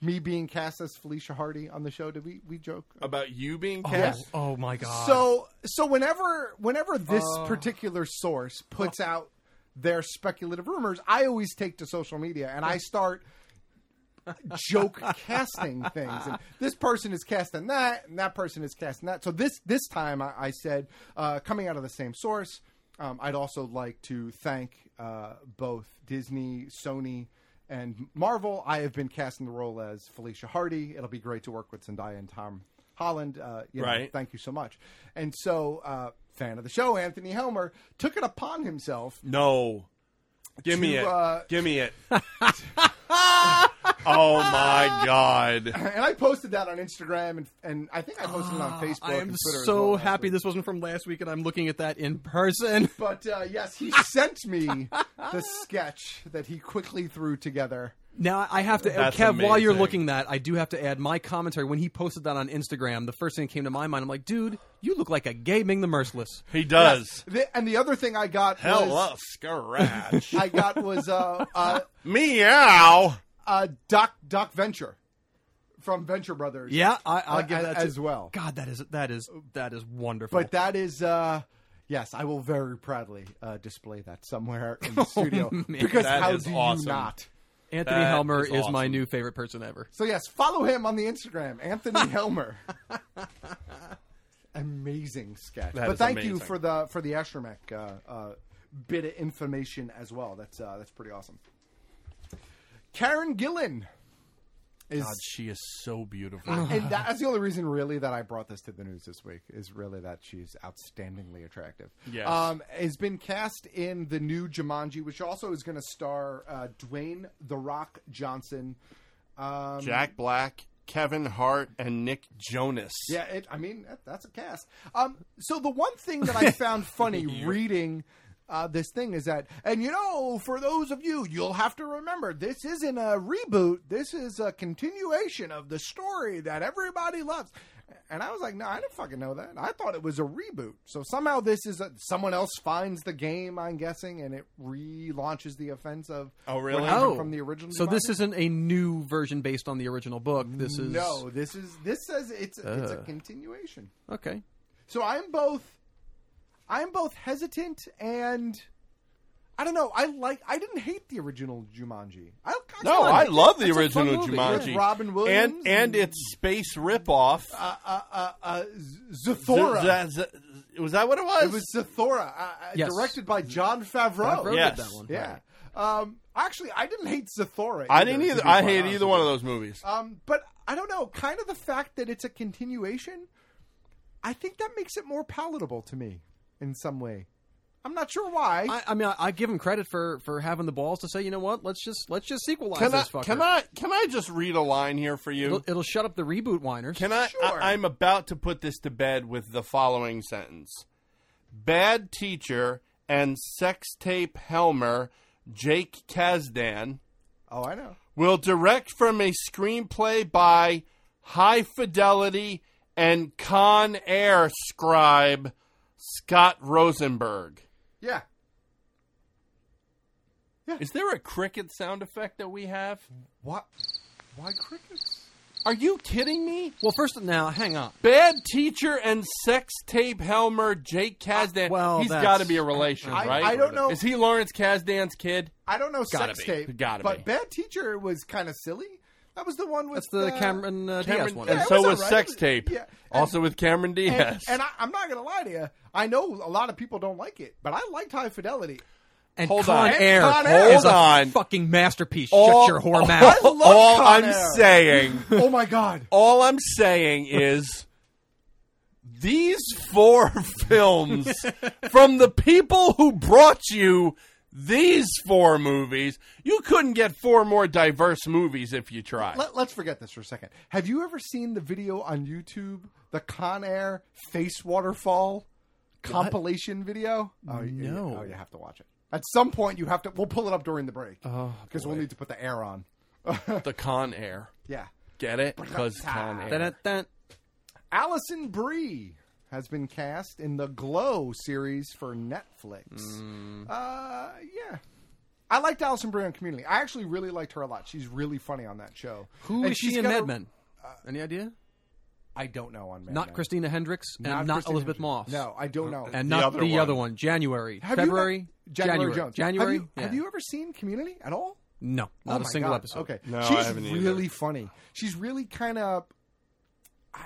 me being cast as Felicia Hardy on the show? Did we we joke?
About you being
Oh,
cast?
oh my god.
So so whenever whenever this
Oh.
particular source puts out their speculative rumors, I always take to social media and I start joke casting things. And this person is casting that, and that person is casting that. So this this time I, I said, uh, coming out of the same source, um, I'd also like to thank uh, both Disney, Sony. And Marvel, I have been casting the role as Felicia Hardy. It'll be great to work with Zendaya and Tom Holland. Uh, you know,
Right.
thank you so much. And so, uh, fan of the show, Anthony Helmer took it upon himself
No. Give me
To,
it.
uh,
Give me it. oh my god!
and I posted that on Instagram, and, and I think I posted it on Facebook.
Ah, I am
and Twitter as
so
well.
happy this wasn't from last week, and I'm looking at that in person.
But uh, yes, he sent me the sketch that he quickly threw together.
Now I have to,
That's
Kev. While you're
amazing.
looking that, I do have to add my commentary. When he posted that on Instagram, the first thing that came to my mind, I'm like, dude, you look like a gay Ming the Merciless.
He
Yes. The- and the other thing I got
Hell
was,
up, scratch.
I got was uh, uh,
meow.
Uh, Doc Doc Venture from Venture Brothers.
Yeah, I, I'll
uh,
give that to-
as well.
God, that is that is that is wonderful.
But that is. Uh, Yes, I will very proudly uh, display that somewhere in the studio
man.
because
That
how
is
do
awesome.
you not?
Anthony
That
Helmer
is
is, my
awesome.
new favorite person ever.
So yes, follow him on the Instagram, Anthony Helmer. amazing sketch.
That
but
is
thank you
amazing.
for the for the Astromek uh, uh, bit of information as well. That's uh, that's pretty awesome. Karen Gillan is
God, she is so beautiful.
and that's the only reason really that I brought this to the news this week is really that she's outstandingly attractive.
Yes.
Um, has been cast in the new Jumanji, which also is going to star uh, Dwayne The Rock Johnson. Um,
Jack Black, Kevin Hart, and Nick Jonas.
Yeah, it, I mean that, that's a cast. Um, so the one thing that I found funny reading uh, this thing is that, and you know, for those of you, you'll have to remember this isn't a reboot. This is a continuation of the story that everybody loves. And I was like, no, I didn't fucking know that. I thought it was a reboot. So somehow this is a, someone else finds the game. I'm guessing, and it relaunches the offense of what happened from the original.
Oh, So this
Jumanji.
isn't a new version based on the original book. This is
no. This is this says it's it's a
Uh.
continuation.
okay.
So I'm both I'm both hesitant and I don't know. I like. I didn't hate the original Jumanji. I, I kinda
No, I
like it.
love the
It's a fun
original
movie.
Jumanji.
With Robin Williams
and and its space ripoff.
uh, uh, uh, uh, Z- Zathura.
Z- Z- Z- was that what it was?
It was Zathura, uh, uh,
Yes.
directed by John Favreau.
Favreau did Yes. that one,
Yeah. Um, actually, I didn't hate Zathura.
I didn't
to
either.
be
I
quite
hate
honest
either
with
one
you.
of those movies.
Um, but I don't know. Kind of the fact that it's a continuation, I think that makes it more palatable to me in some way. I'm not sure why.
I, I mean, I, I give him credit for for having the balls to say, you know what, let's just let's just sequelize
Can I,
this fucker.
can I can I just read a line here for you?
It'll, it'll shut up the reboot whiners.
Can I, I? I'm about to put this to bed with the following sentence: Bad teacher and sex tape Helmer Jake Kazdan.
Oh, I know.
Will direct from a screenplay by High Fidelity and Con Air scribe Scott Rosenberg.
Yeah.
Is there a cricket sound effect that we have?
What? Why crickets?
Are you kidding me?
Well, first now, hang on.
Bad teacher and sex tape Helmer Jake Kazdan. well, he's
that's-
got to be a relation,
Uh, I-
right?
I don't know.
Is he Lawrence Kazdan's kid?
I don't know
Gotta
sex
be.
tape.
Gotta
but
be.
Bad Teacher was kind of silly. That was the one with
That's the
uh,
Cameron, uh, Diaz one.
and
Yeah, it
so
all
was
right.
sex tape.
Yeah.
also with Cameron
And,
Diaz.
and I, I'm not gonna lie to you. I know a lot of people don't like it, but I liked High Fidelity.
And
Hold
Con
on.
Air
Con
is
Hold on.
a fucking masterpiece.
All-
Shut your whore mouth.
I love
all
Con
I'm
Air.
saying.
oh my god.
All I'm saying is these four films from the people who brought you these four movies, you couldn't get four more diverse movies if you tried.
Let, let's forget this for a second. Have you ever seen the video on YouTube, the Con Air Face Waterfall compilation video? Oh, you,
No.
oh, you have to watch it. At some point, you have to. We'll pull it up during the break
Oh,
because we'll need to put the air on.
the Con Air.
Yeah.
Get it? Because Con Air.
Da-da-da.
Allison Brie has been cast in the Glow series for Netflix.
Mm.
Uh, yeah. I liked Allison Brie on Community. I actually really liked her a lot. She's really funny on that show.
Who
And
is she
she's
in
got a- Uh,
Mad Men? Any idea?
I don't know on Mad
Not
Men.
Christina Hendricks and
Not
not,
Christina
Elizabeth
Hendricks.
Moss. Uh,
No, I don't know.
And
The
not
other
the
one.
other one. January,
Have you met-
February,
January Jones.
January.
Have you, have
Yeah.
you ever seen Community at all?
No,
Oh
not a
my
single
God.
episode.
Okay,
No, I
she's
haven't either.
really funny. She's really kind of.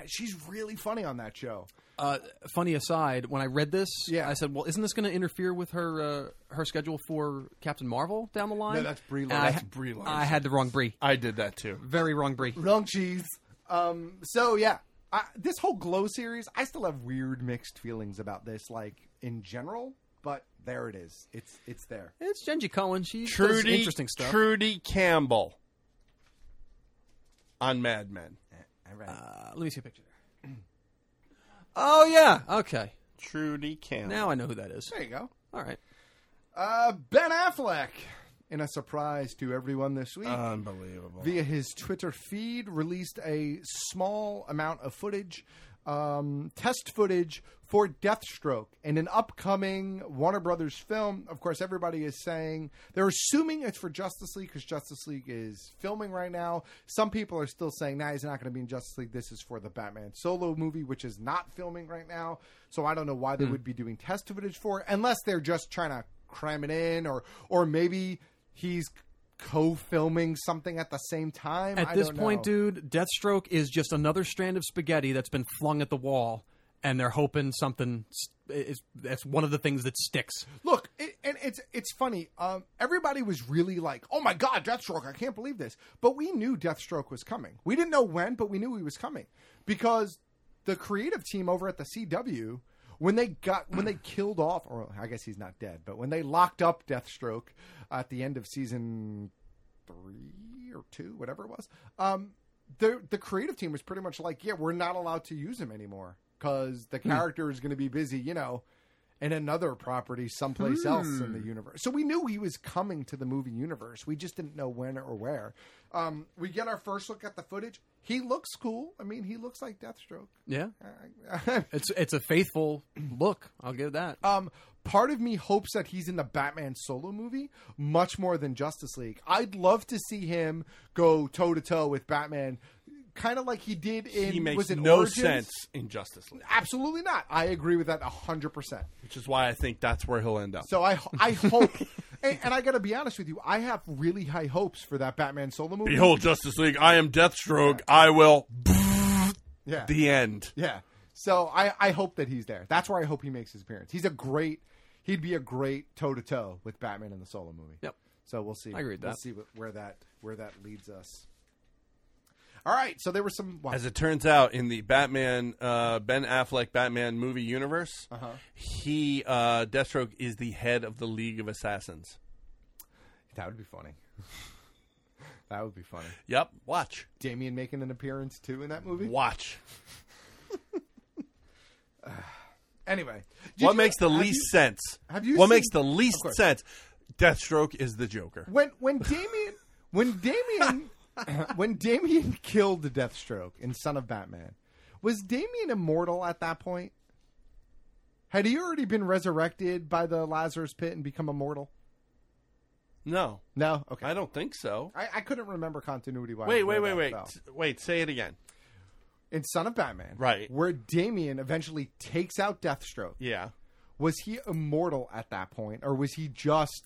She's really funny on that show.
Uh, funny aside, when I read this, I said, "Well, isn't this going to interfere with her uh, her schedule for Captain Marvel down the line?"
No, that's Brie.
And
Larson.
I ha- I had the wrong Brie.
I did that too.
Very wrong Brie.
Wrong cheese. Um, so yeah, I, this whole Glow series, I still have weird mixed feelings about this, like in general. But there it is. It's it's there.
It's Genji Cohen. She does
Trudy,
interesting stuff.
Trudy Campbell. on Mad Men.
Uh, let me see a picture. Oh yeah. Okay.
Trudy Campbell.
Now I know who that is.
There you go.
All right.
Uh, ben Affleck, in a surprise to everyone this week,
Unbelievable.
via his Twitter feed, released a small amount of footage, um, test footage for Deathstroke in an upcoming Warner Brothers film. Of course, everybody is saying they're assuming it's for Justice League because Justice League is filming right now. Some people are still saying, nah, he's not going to be in Justice League. This is for the Batman solo movie, which is not filming right now. So I don't know why they
Hmm.
would be doing test footage for it, unless they're just trying to cram it in or or maybe he's co-filming something at the same time
At
I
this
don't
point,
know.
dude, Deathstroke is just another strand of spaghetti that's been flung at the wall, and they're hoping something s- is that's one of the things that sticks.
Look, it, and it's it's funny. Um, everybody was really like, "Oh my god, Deathstroke! I can't believe this." But we knew Deathstroke was coming. We didn't know when, but we knew he was coming because the creative team over at the CW, when they got when they killed off, or I guess he's not dead, but when they locked up Deathstroke at the end of season three or two, whatever it was, um, the the creative team was pretty much like, "Yeah, we're not allowed to use him anymore because the character is going to be busy," you know in another property someplace else in the
Hmm.
universe. So we knew he was coming to the movie universe. We just didn't know when or where. Um, we get our first look at the footage. He looks cool. I mean, he looks like Deathstroke.
Yeah,
I-
it's it's a faithful look. I'll give that.
Um, part of me hopes that he's in the Batman solo movie much more than Justice League. I'd love to see him go toe to toe with Batman, kind of like he did in
he makes
was it
no
Origins?
sense in Justice League,
Absolutely not. I agree with that hundred percent.
which is why I think that's where he'll end up.
So I I hope, and, and I got to be honest with you, I have really high hopes for that Batman solo movie.
Behold, Justice League, I am Deathstroke. I will.
Yeah.
The end.
yeah. So I I hope that he's there. That's where I hope he makes his appearance. He's a great, he'd be a great toe to toe with Batman in the solo movie.
Yep.
So we'll see.
I agree with
We'll
that.
see what, where that where that leads us. All right. So there were some. Wow.
As it turns out, in the Batman, uh, Ben Affleck Batman movie universe,
Uh-huh.
he uh, Deathstroke is the head of the League of Assassins.
That would be funny. that would be funny.
Yep, watch.
Damien making an appearance too in that movie.
Watch.
Anyway, did
What
you-
makes the
have
least
you-
sense?
Have you
What
seen-
makes the
Of
least
course.
sense? Deathstroke is the Joker.
When when Damien when Damien when Damien killed Deathstroke in Son of Batman, was Damien immortal at that point? Had he already been resurrected by the Lazarus pit and become immortal?
No,
no, okay.
I don't think so.
I, I couldn't remember continuity wise.
Wait, wait, wait, wait, wait. Say it again.
In Son of Batman,
Right.
where Damien eventually takes out Deathstroke,
Yeah.
was he immortal at that point, or was he just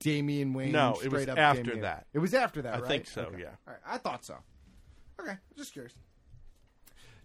Damian Wayne?
No, it
straight
was
up
after
Damian?
that.
It was after that.
I
right?
think so,
Okay.
yeah.
All right, I thought so. Okay, just curious.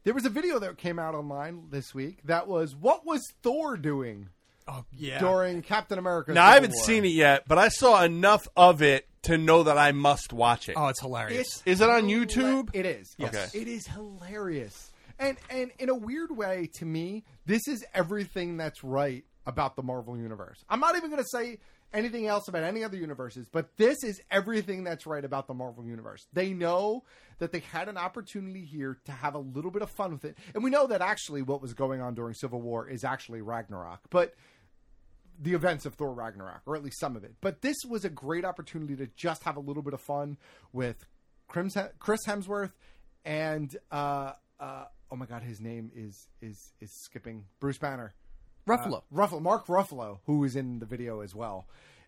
There was a video that came out online this week that was what was Thor doing? Oh
yeah.
during Captain America.
Now I
Civil
haven't
War?
seen it yet, but I saw enough of it to know that I must watch it.
Oh, it's hilarious.
Is it on YouTube?
It is. Yes.
Okay.
It is hilarious. And and in a weird way, to me, this is everything that's right about the Marvel universe. I'm not even going to say anything else about any other universes, but this is everything that's right about the Marvel universe. They know that they had an opportunity here to have a little bit of fun with it, and we know that actually what was going on during Civil War is actually Ragnarok, but the events of Thor Ragnarok, or at least some of it. But this was a great opportunity to just have a little bit of fun with Crims- Chris Hemsworth and uh, uh, oh my god, his name is is is skipping Bruce Banner,
Ruffalo.
Uh, Ruffalo, Mark Ruffalo, who is in the video as well.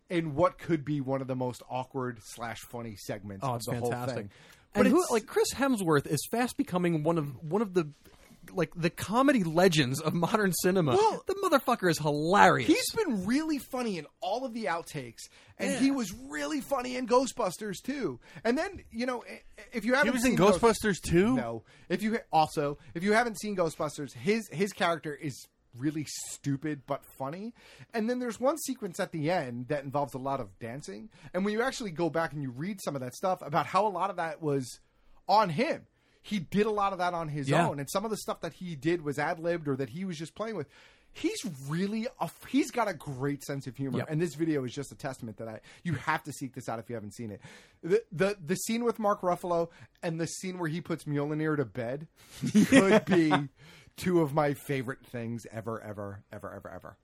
In what could be one of the most awkward slash funny segments
Oh,
of
it's
the whole
fantastic.
thing,
And who,
it's-
like Chris Hemsworth is fast becoming one of one of the like the comedy legends of modern cinema.
Well-
the motherfucker is hilarious.
He's been really funny in all of the outtakes, and he was really funny in Ghostbusters too. And then you know, i- if you haven't
was
seen
in Ghostbusters
too, no. If you also if you haven't seen Ghostbusters, his his character is really stupid but funny. And then there's one sequence at the end that involves a lot of dancing. And when you actually go back and you read some of that stuff about how a lot of that was on him. He did a lot of that on his
Yeah.
own, and some of the stuff that he did was ad libbed or that he was just playing with. he's really a, he's got a great sense of humor
Yep.
and this video is just a testament that i you have to seek this out if you haven't seen it the the, the scene with mark ruffalo and the scene where he puts Mjolnir to bed could be two of my favorite things ever ever ever ever ever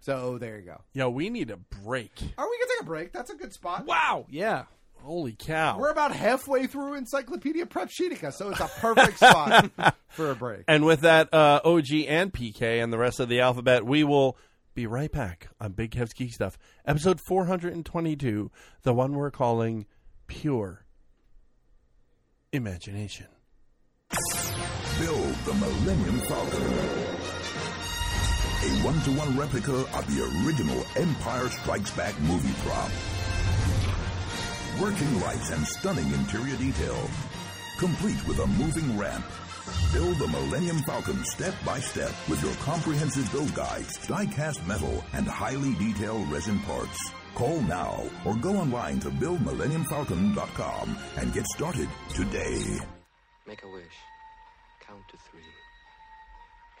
so there you go
Yo, we need a break.
are we gonna take a break that's a good spot
wow Yeah. Holy cow.
we're about halfway through encyclopedia prep Sheetica, so it's a perfect spot for a break
And with that, uh, OG and PK and the rest of the alphabet, we will be right back on Big Kev's Geek Stuff, episode 422, the one we're calling Pure Imagination.
Build the Millennium Falcon. A one to one replica of the original Empire Strikes Back movie prop. Working lights and stunning interior detail. Complete with a moving ramp. Build the Millennium Falcon step by step with your comprehensive build guides, die cast metal, and highly detailed resin parts. Call now or go online to buildmillenniumfalcon.com and get started today.
Make a wish. Count to three.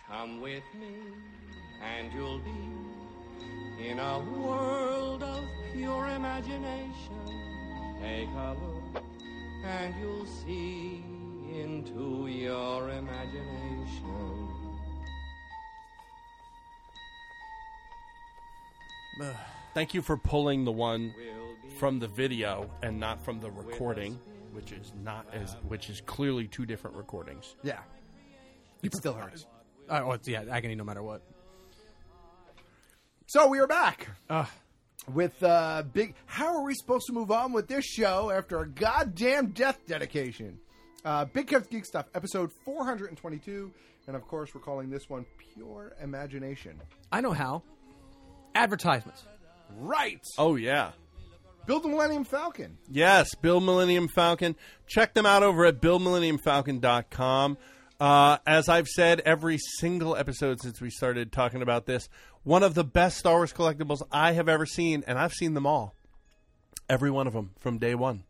Come with me, and you'll be in a world of pure imagination. Take a look, and you'll see into your imagination.
Thank you for pulling the one from the video and not from the recording, which is not as, which is clearly two different recordings.
Yeah. It still hurts.
Uh, oh, it's, yeah, agony no matter what.
So we are back with uh, big. How are we supposed to move on with this show after a goddamn death dedication? Uh, big Kev's Geek Stuff, episode 422. And of course, we're calling this one Pure Imagination.
I know how. Advertisements.
Right.
Oh, yeah.
Build the Millennium Falcon.
Yes, Bill Millennium Falcon. Check them out over at BillMillenniumFalcon.com. Uh, as I've said every single episode since we started talking about this, one of the best Star Wars collectibles I have ever seen, and I've seen them all. Every one of them from day one.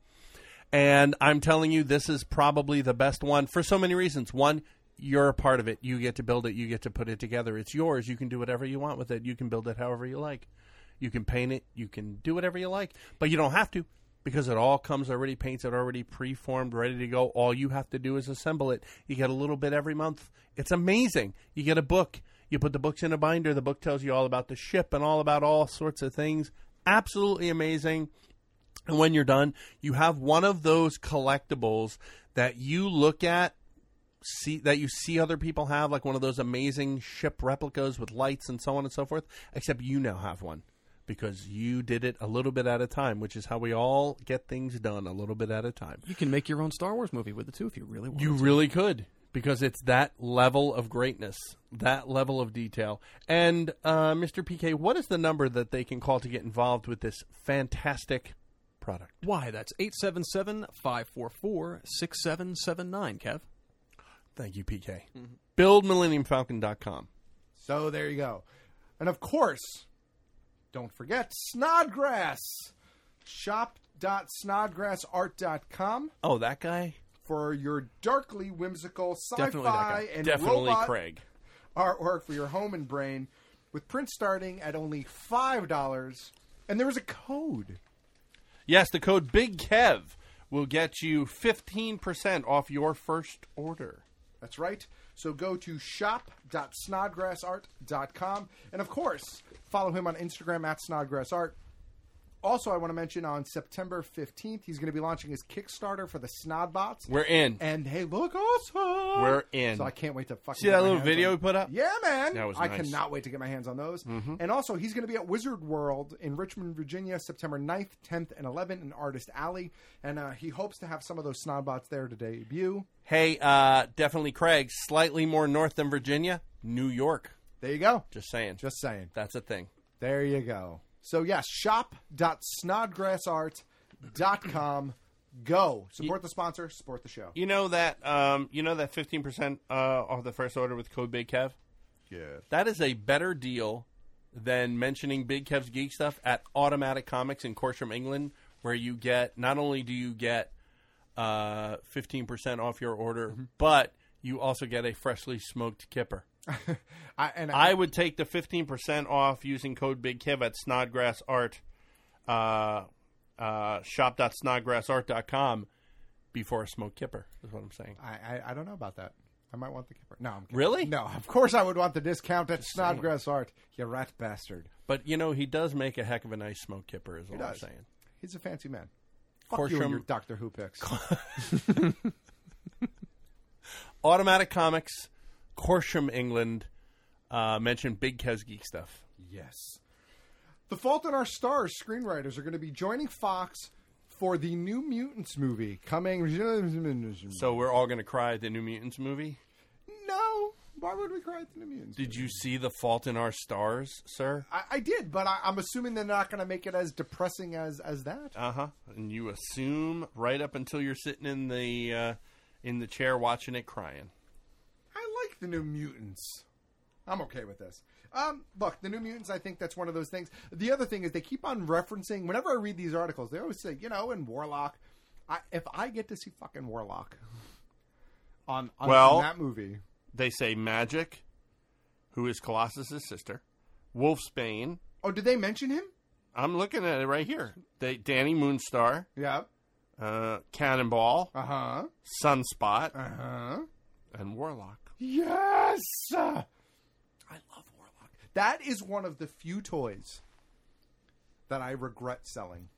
And I'm telling you, this is probably the best one for so many reasons. One, you're a part of it. You get to build it. You get to put it together. It's yours. You can do whatever you want with it. You can build it however you like. You can paint it. You can do whatever you like. But you don't have to because it all comes already painted, already preformed, ready to go. All you have to do is assemble it. You get a little bit every month. It's amazing. You get a book. You put the books in a binder. The book tells you all about the ship and all about all sorts of things. Absolutely amazing. And when you're done, you have one of those collectibles that you look at see that you see other people have like one of those amazing ship replicas with lights and so on and so forth except you now have one because you did it a little bit at a time which is how we all get things done a little bit at a time
You can make your own Star Wars movie with the two if you really want
you
to.
really could because it's that level of greatness, that level of detail. And uh, Mr. PK, what is the number that they can call to get involved with this fantastic product?
Why, that's 877 544 6779, Kev.
Thank you, PK. BuildMillenniumFalcon.com.
So there you go. And of course, don't forget Snodgrass. Shop.snodgrassart.com.
Oh, that guy?
For your darkly whimsical
Definitely that
sci-fi
guy.
and
Definitely
robot
Craig.
artwork for your home and brain, with prints starting at only five dollars. And there is a code.
Yes, the code Big Kev will get you fifteen percent off your first order.
That's right. So go to shop.snodgrassart.com. And of course, follow him on Instagram at snodgrassart. Also, I want to mention on September 15th, he's going to be launching his Kickstarter for the Snodbots.
We're in.
And they look awesome.
We're in.
So I can't wait to fucking
See
get
that
my
little
hands
video
on-
we put up?
Yeah, man.
That was
I
nice.
cannot wait to get my hands on those.
Mhm.
And also, he's going to be at Wizard World in Richmond, Virginia, September 9th, 10th, and 11th in Artist Alley. And uh, he hopes to have some of those Snodbots there to debut.
Hey, uh, definitely Craig, slightly more north than Virginia, New York.
There you go.
Just saying.
Just saying.
That's a thing.
There you go. So yes, shop.snodgrassart.com. Go support the sponsor, support the show.
You know that um, you know that fifteen percent uh, off the first order with code Big Kev.
Yeah.
That is a better deal than mentioning Big Kev's Geek Stuff at Automatic Comics in Corsham, England, where you get not only do you get uh, fifteen percent off your order, but you also get a freshly smoked kipper. I, I, would take the fifteen percent off using code Big Kev at Snodgrass Art, uh, uh, shop.snodgrassart.com before a smoke kipper. Is what I'm saying.
I, I, I don't know about that. I might want the kipper. No, I'm kidding.
Really?
No, of course I would want the discount at Snodgrass Art. You rat bastard.
But you know he does make a heck of a nice smoke kipper. Is
He
what I'm
does.
saying.
He's a fancy man.
course
Fuck you and
you're-
your Doctor Who picks.
Automatic Comics, Corsham, England. Uh, mentioned Big Kev's Geek stuff.
Yes. The Fault in Our Stars screenwriters are going to be joining Fox for the New Mutants movie coming.
So we're all going to cry at the New Mutants movie.
No, why would we cry at the New Mutants?
Did you see The Fault in Our Stars, sir?
I, I did, but I, I'm assuming they're not going to make it as depressing as as that.
Uh huh. And you assume right up until you're sitting in the uh, in the chair watching it crying.
I like the New Mutants. I'm okay with this. Um, look, the New Mutants. I think that's one of those things. The other thing is they keep on referencing. Whenever I read these articles, they always say, you know, in Warlock. I, if I get to see fucking Warlock on, on
well,
that movie,
they say Magic, who is Colossus's sister, Wolfsbane.
Oh, did they mention him?
I'm looking at it right here. They Danny Moonstar.
Yeah.
Uh, Cannonball.
Uh huh.
Sunspot.
Uh huh.
And Warlock.
Yes! I love Warlock. That is one of the few toys that I regret selling.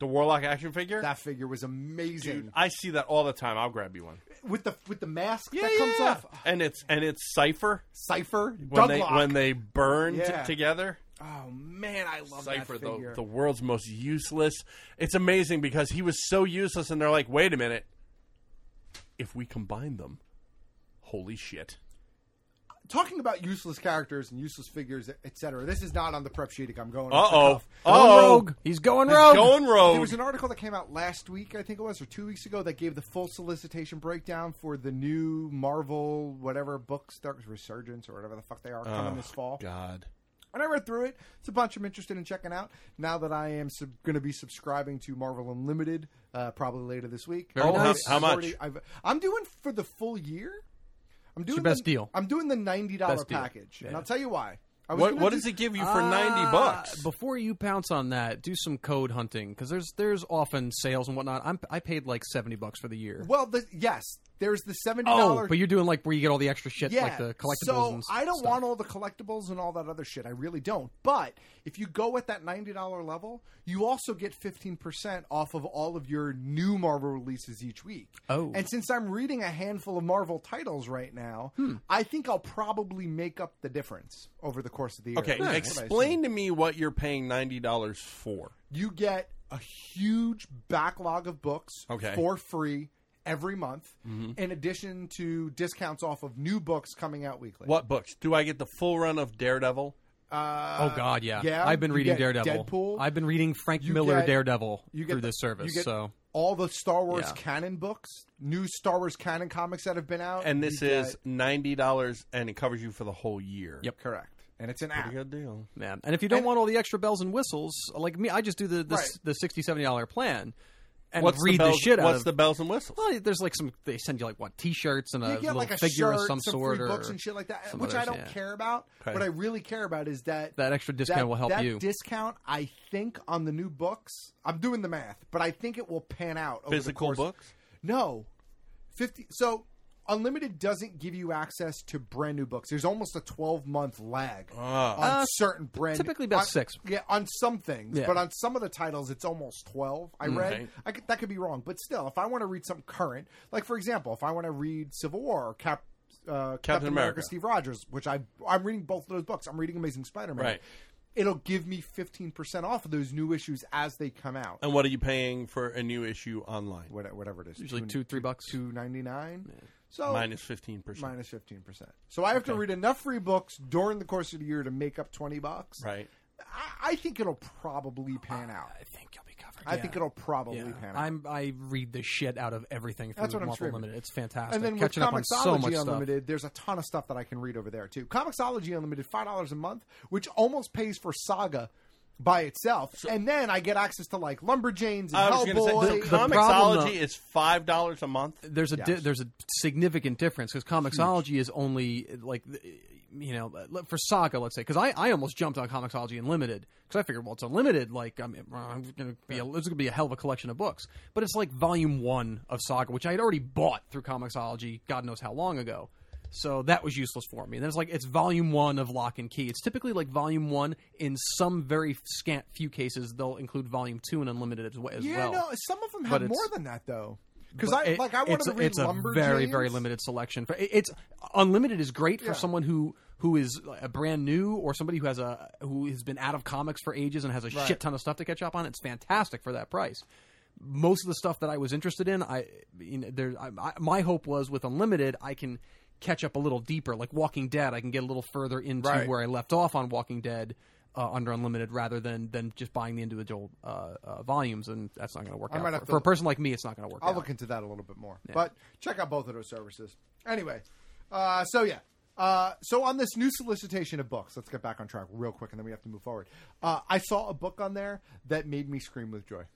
The Warlock action figure.
That figure was amazing
Dude, I see that all the time. I'll grab you one.
with the with the mask that comes off.
And it's and it's Cipher.
Cipher.
When they
Douglock.
when they burn t-
Yeah.
together.
Oh man, I love
Cipher,
that figure.
the, the world's most useless. It's amazing because he was so useless, and they're like, wait a minute. If we combine them, holy shit.
Talking about useless characters and useless figures, etc. This is not on the prep sheet. I'm going.
Uh
off the
oh.
cuff.
He's going
He's
rogue.
going rogue.
There was an article that came out last week, I think it was, or two weeks ago, that gave the full solicitation breakdown for the new Marvel whatever books, Dark Resurgence or whatever the fuck they are coming
Oh,
this fall.
God.
And I read through it. It's a bunch I'm interested in checking out. Now that I am sub- going to be subscribing to Marvel Unlimited, uh, probably later this week.
Very Oh, how- nice. how
I've
much?
already- I've, I'm doing for the full year. I'm doing
your best
the,
deal.
I'm doing the ninety dollar
Best deal.
package, and
Yeah.
I'll tell you why. I was
What-
gonna
what
do- Uh,
does it
give
you for 90 bucks. Before you pounce on that, do some code hunting because there's there's often sales and whatnot. I'm, I paid like seventy bucks for the year.
Well, the, yes, there's the seventy
Oh,
dollar
but you're doing like where you get all the extra shit,
yeah.
like the collectibles.
So
and s-
I don't
stuff.
want all the collectibles and all that other shit. I really don't. But if you go at that ninety dollar level, you also get fifteen percent off of all of your new Marvel releases each week.
Oh.
and since I'm reading a handful of Marvel titles right now,
Hmm.
I think I'll probably make up the difference over the course of the year.
Okay,
That's what I
explain to me what you're paying ninety dollars for.
you get a huge backlog of books
Okay.
for free every month
Mm-hmm.
Mhm.
in addition to discounts off of new books coming out weekly
What books? Do I get the full run of Daredevil?
Uh,
oh God, yeah.
yeah,
I've been
you
reading
get
Daredevil.
Deadpool.
I've been reading Frank
You
Miller
get-
Daredevil
you get
through
the-
this service.
you get
so
all the star wars
Yeah.
canon books new star wars canon comics that have been out
And this
You get-
is ninety dollars, and it covers you for the whole year.
Yep.
correct and it's an
Pretty
app
good deal.
man. And if you don't want all the extra bells and whistles, like me, I just do the the,
Right.
the sixty seventy dollar plan and
What's the
read the,
bells-
shit out
what's
of.
the bells and whistles?
Well, there's like some they send you like what t-shirts and a
you get
Uh, little
like a
figure
shirt,
of some, sort
free
or
books and shit like that,
some
which I
others,
don't
yeah.
care about.
Okay.
What I really care about is that
That extra discount
that-
will help
that
you.
Discount, I think, on the new books. I'm doing the math, but I think it will pan out. Over
Physical
the course.
books?
No, fifty. So unlimited doesn't give you access to brand new books. There's almost a 12 month lag on
Uh,
certain brand.
typically about
on-
six.
Yeah, on some things,
Yeah.
but on some of the titles, it's almost 12. I read.
Okay.
I could, that could be wrong, but still, if I want to read something current, like for example, if I want to read Civil War or Cap, uh, Captain, America.
America.
Steve Rogers, which I I'm reading both of those books. I'm reading Amazing Spider-Man.
Right.
It'll give me 15% off of those new issues as they come out.
And what are you paying for a new issue online?
Whatever it is,
Usually two, three bucks.
Two ninety nine. So
minus fifteen percent.
minus 15%. So I have to read enough free books during the course of the year to make up 20 bucks.
Right.
I, I think it'll probably pan out. I
think you'll be covered.
I think it'll probably
Yeah.
pan out.
I'm I read the shit out of everything through
That's what I'm
Marvel
screaming.
Limited. It's fantastic.
and then with
Catching up on
Comicsology
so much stuff.
Unlimited, there's a ton of stuff that I can read over there too. Comicsology Unlimited, five dollars a month, which almost pays for Saga by itself, and then I get access to like Lumberjanes and
I was going
Hellboy.
to say,
and-
so
problem,
Comixology
though-
is five dollars a month.
There's a di-
Yes.
there's a significant difference because Comixology is only like th- you know, let- for Saga, let's say, because I, I almost jumped on Comixology Unlimited because I figured, well, it's unlimited. Like, I'm, I'm gonna be a, it's gonna be a hell of a collection of books, but it's like volume one of Saga, which I had already bought through Comixology, God knows how long ago. So that was useless for me. And then it's like it's volume one of Lock and Key. It's typically like volume one. In some very scant few cases, they'll include volume two and unlimited as, we- as
yeah,
well.
no, some of them
But
have
it's-
more than that though. Because
but
I
it-
like I wanted
it's,
to read
it's a
Lumberjanes.
very very limited selection. For- it- It's unlimited is great for
Yeah.
someone who who is a brand new or somebody who has a who has been out of comics for ages and has a
Right.
shit ton of stuff to catch up on. It's fantastic for that price. Most of the stuff that I was interested in, I you know, there I, I, my hope was with unlimited I can catch up a little deeper. Like Walking Dead, I can get a little further into
Right.
where I left off on Walking Dead. Uh, under unlimited, rather than than just buying the individual uh, uh, volumes, and that's not going to work
I might
out
have
for,
to-
for a person like me. It's not going to work.
I'll
out.
look into that a little bit more.
Yeah.
But check out both of those services. Anyway, uh, so yeah. Uh, so on this new solicitation of books, let's get back on track real quick, and then we have to move forward. Uh, I saw a book on there that made me scream with joy.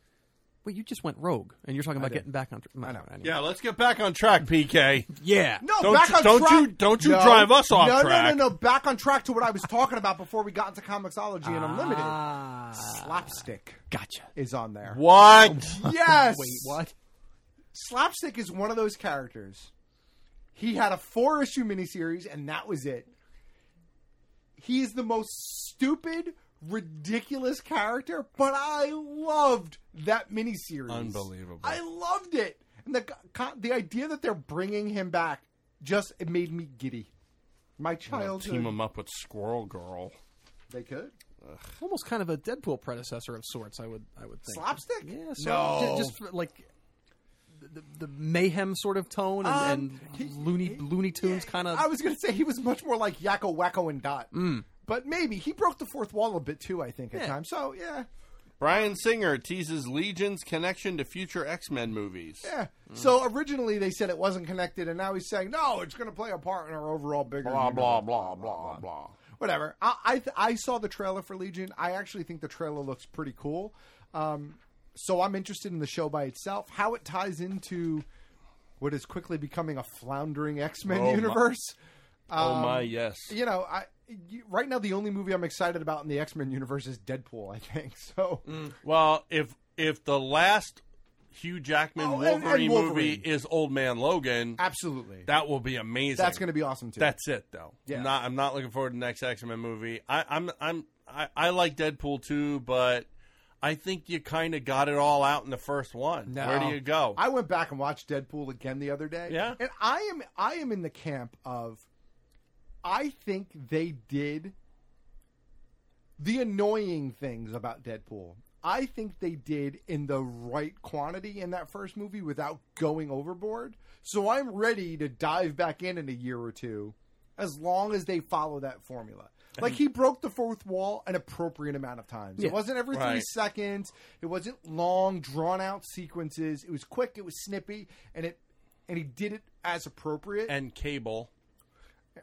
Well, you just went rogue, and you're talking
I
about
did.
getting back on. Tr- I know.
Yeah, let's get back on track, PK.
Yeah.
No,
Don't
back
you-
on
don't
track.
you- don't you
No.
drive us off
no,
track.
No, no, no, Back on track to what I was talking about before we got into Comixology and Unlimited.
Ah.
Slapstick.
Gotcha.
Is on there.
What?
Yes.
Wait, what?
Slapstick is one of those characters. He had a four issue miniseries, and that was it. He is the most stupid, ridiculous character, but I loved that miniseries.
Unbelievable.
I loved it. And the, co- the idea that they're bringing him back just it made me giddy. My childhood.
Team him up with Squirrel Girl.
They could.
Almost kind of a Deadpool predecessor of sorts. I would. I would think.
Slapstick?
Yeah. So
No.
Just, for, like the, the mayhem sort of tone and, and Looney Looney Tunes kind of.
I was going to say he was much more like Yakko, Wacko, and Dot.
Mm.
But maybe he broke the fourth wall a bit too, I think, at
Yeah.
times. So, yeah.
Brian Singer teases Legion's connection to future X Men movies.
Yeah. Eh. So originally they said it wasn't connected, and now he's saying no, it's going to play a part in our overall bigger.
Blah, blah,
universe."
blah, blah, blah.
Whatever. I I, th- I saw the trailer for Legion. I actually think the trailer looks pretty cool. Um, so I'm interested in the show by itself, how it ties into what is quickly becoming a floundering X Men
Oh, my-
universe.
Oh,
Um,
my, yes.
You know, I you, right now the only movie I'm excited about in the X Men universe is Deadpool. I think so.
Mm. Well, if if the last Hugh Jackman
Oh, and- and
Wolverine, movie
Wolverine.
is Old Man Logan,
absolutely,
that will be amazing.
That's going to be awesome too.
That's it, though.
Yeah.
I'm not, I'm not looking forward to the next X Men movie. I, I'm I'm I, I like Deadpool too, but I think you kind of got it all out in the first one.
No.
Where do you go?
I went back and watched Deadpool again the other day.
Yeah.
And I am I am in the camp of I think they did the annoying things about Deadpool. I think they did in the right quantity in that first movie without going overboard. So I'm ready to dive back in in a year or two as long as they follow that formula. Like he broke the fourth wall an appropriate amount of times.
Yeah.
It wasn't every three
Right.
seconds. It wasn't long, drawn out sequences. It was quick. It was snippy, and it and he did it as appropriate.
and Cable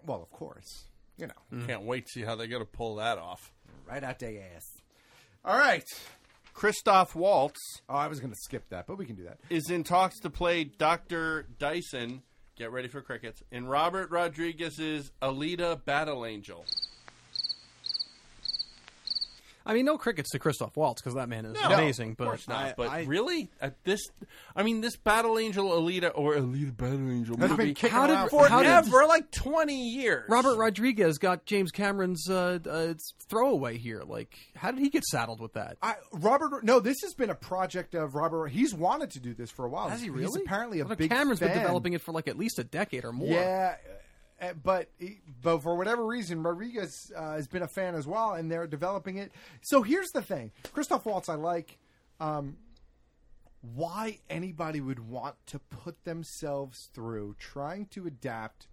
well, of course, you know,
can't wait to see how they're going to pull that off.
right out their ass. All right,
Christoph Waltz.
Oh, I was going to skip that, but we can do that.
Is in talks to play Doctor Dyson. Get ready for crickets in Robert Rodriguez's Alita: Battle Angel.
I mean, no crickets to Christoph Waltz because that man is
No,
amazing.
of
but
course not. but really, at this, I mean, this Battle Angel Alita or Alita Battle Angel
That's
movie
been kicking
how did,
around for
forever,
how did-
like twenty years.
Robert Rodriguez got James Cameron's uh, uh, throwaway here. Like, how did he get saddled with that?
I, Robert, no, this has been a project of Robert. He's wanted to do this for a while.
Has he
He's
really?
apparently a
Well,
big
Cameron's
fan.
been developing it for like at least a decade or more.
Yeah, uh, but but for whatever reason, Rodriguez uh, has been a fan as well, and they're developing it. So here's the thing: Christoph Waltz, I like. Um, why anybody would want to put themselves through trying to adapt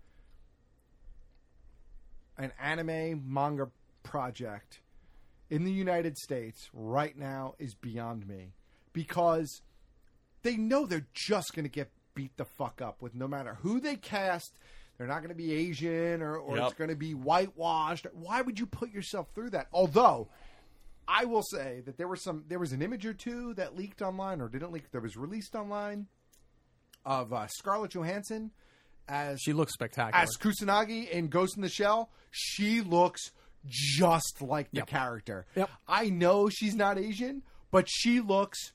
an anime manga project in the United States right now is beyond me because they know they're just going to get beat the fuck up with no matter who they cast. They're not going to be Asian or, or it's
Yep.
going to be whitewashed. Why would you put yourself through that? Although I will say that there were some there was an image or two that leaked online or didn't leak that was released online of uh, Scarlett Johansson as
she looks spectacular.
As Kusanagi in Ghost in the Shell, she looks just like the
Yep.
character.
Yep.
I know she's not Asian, but she looks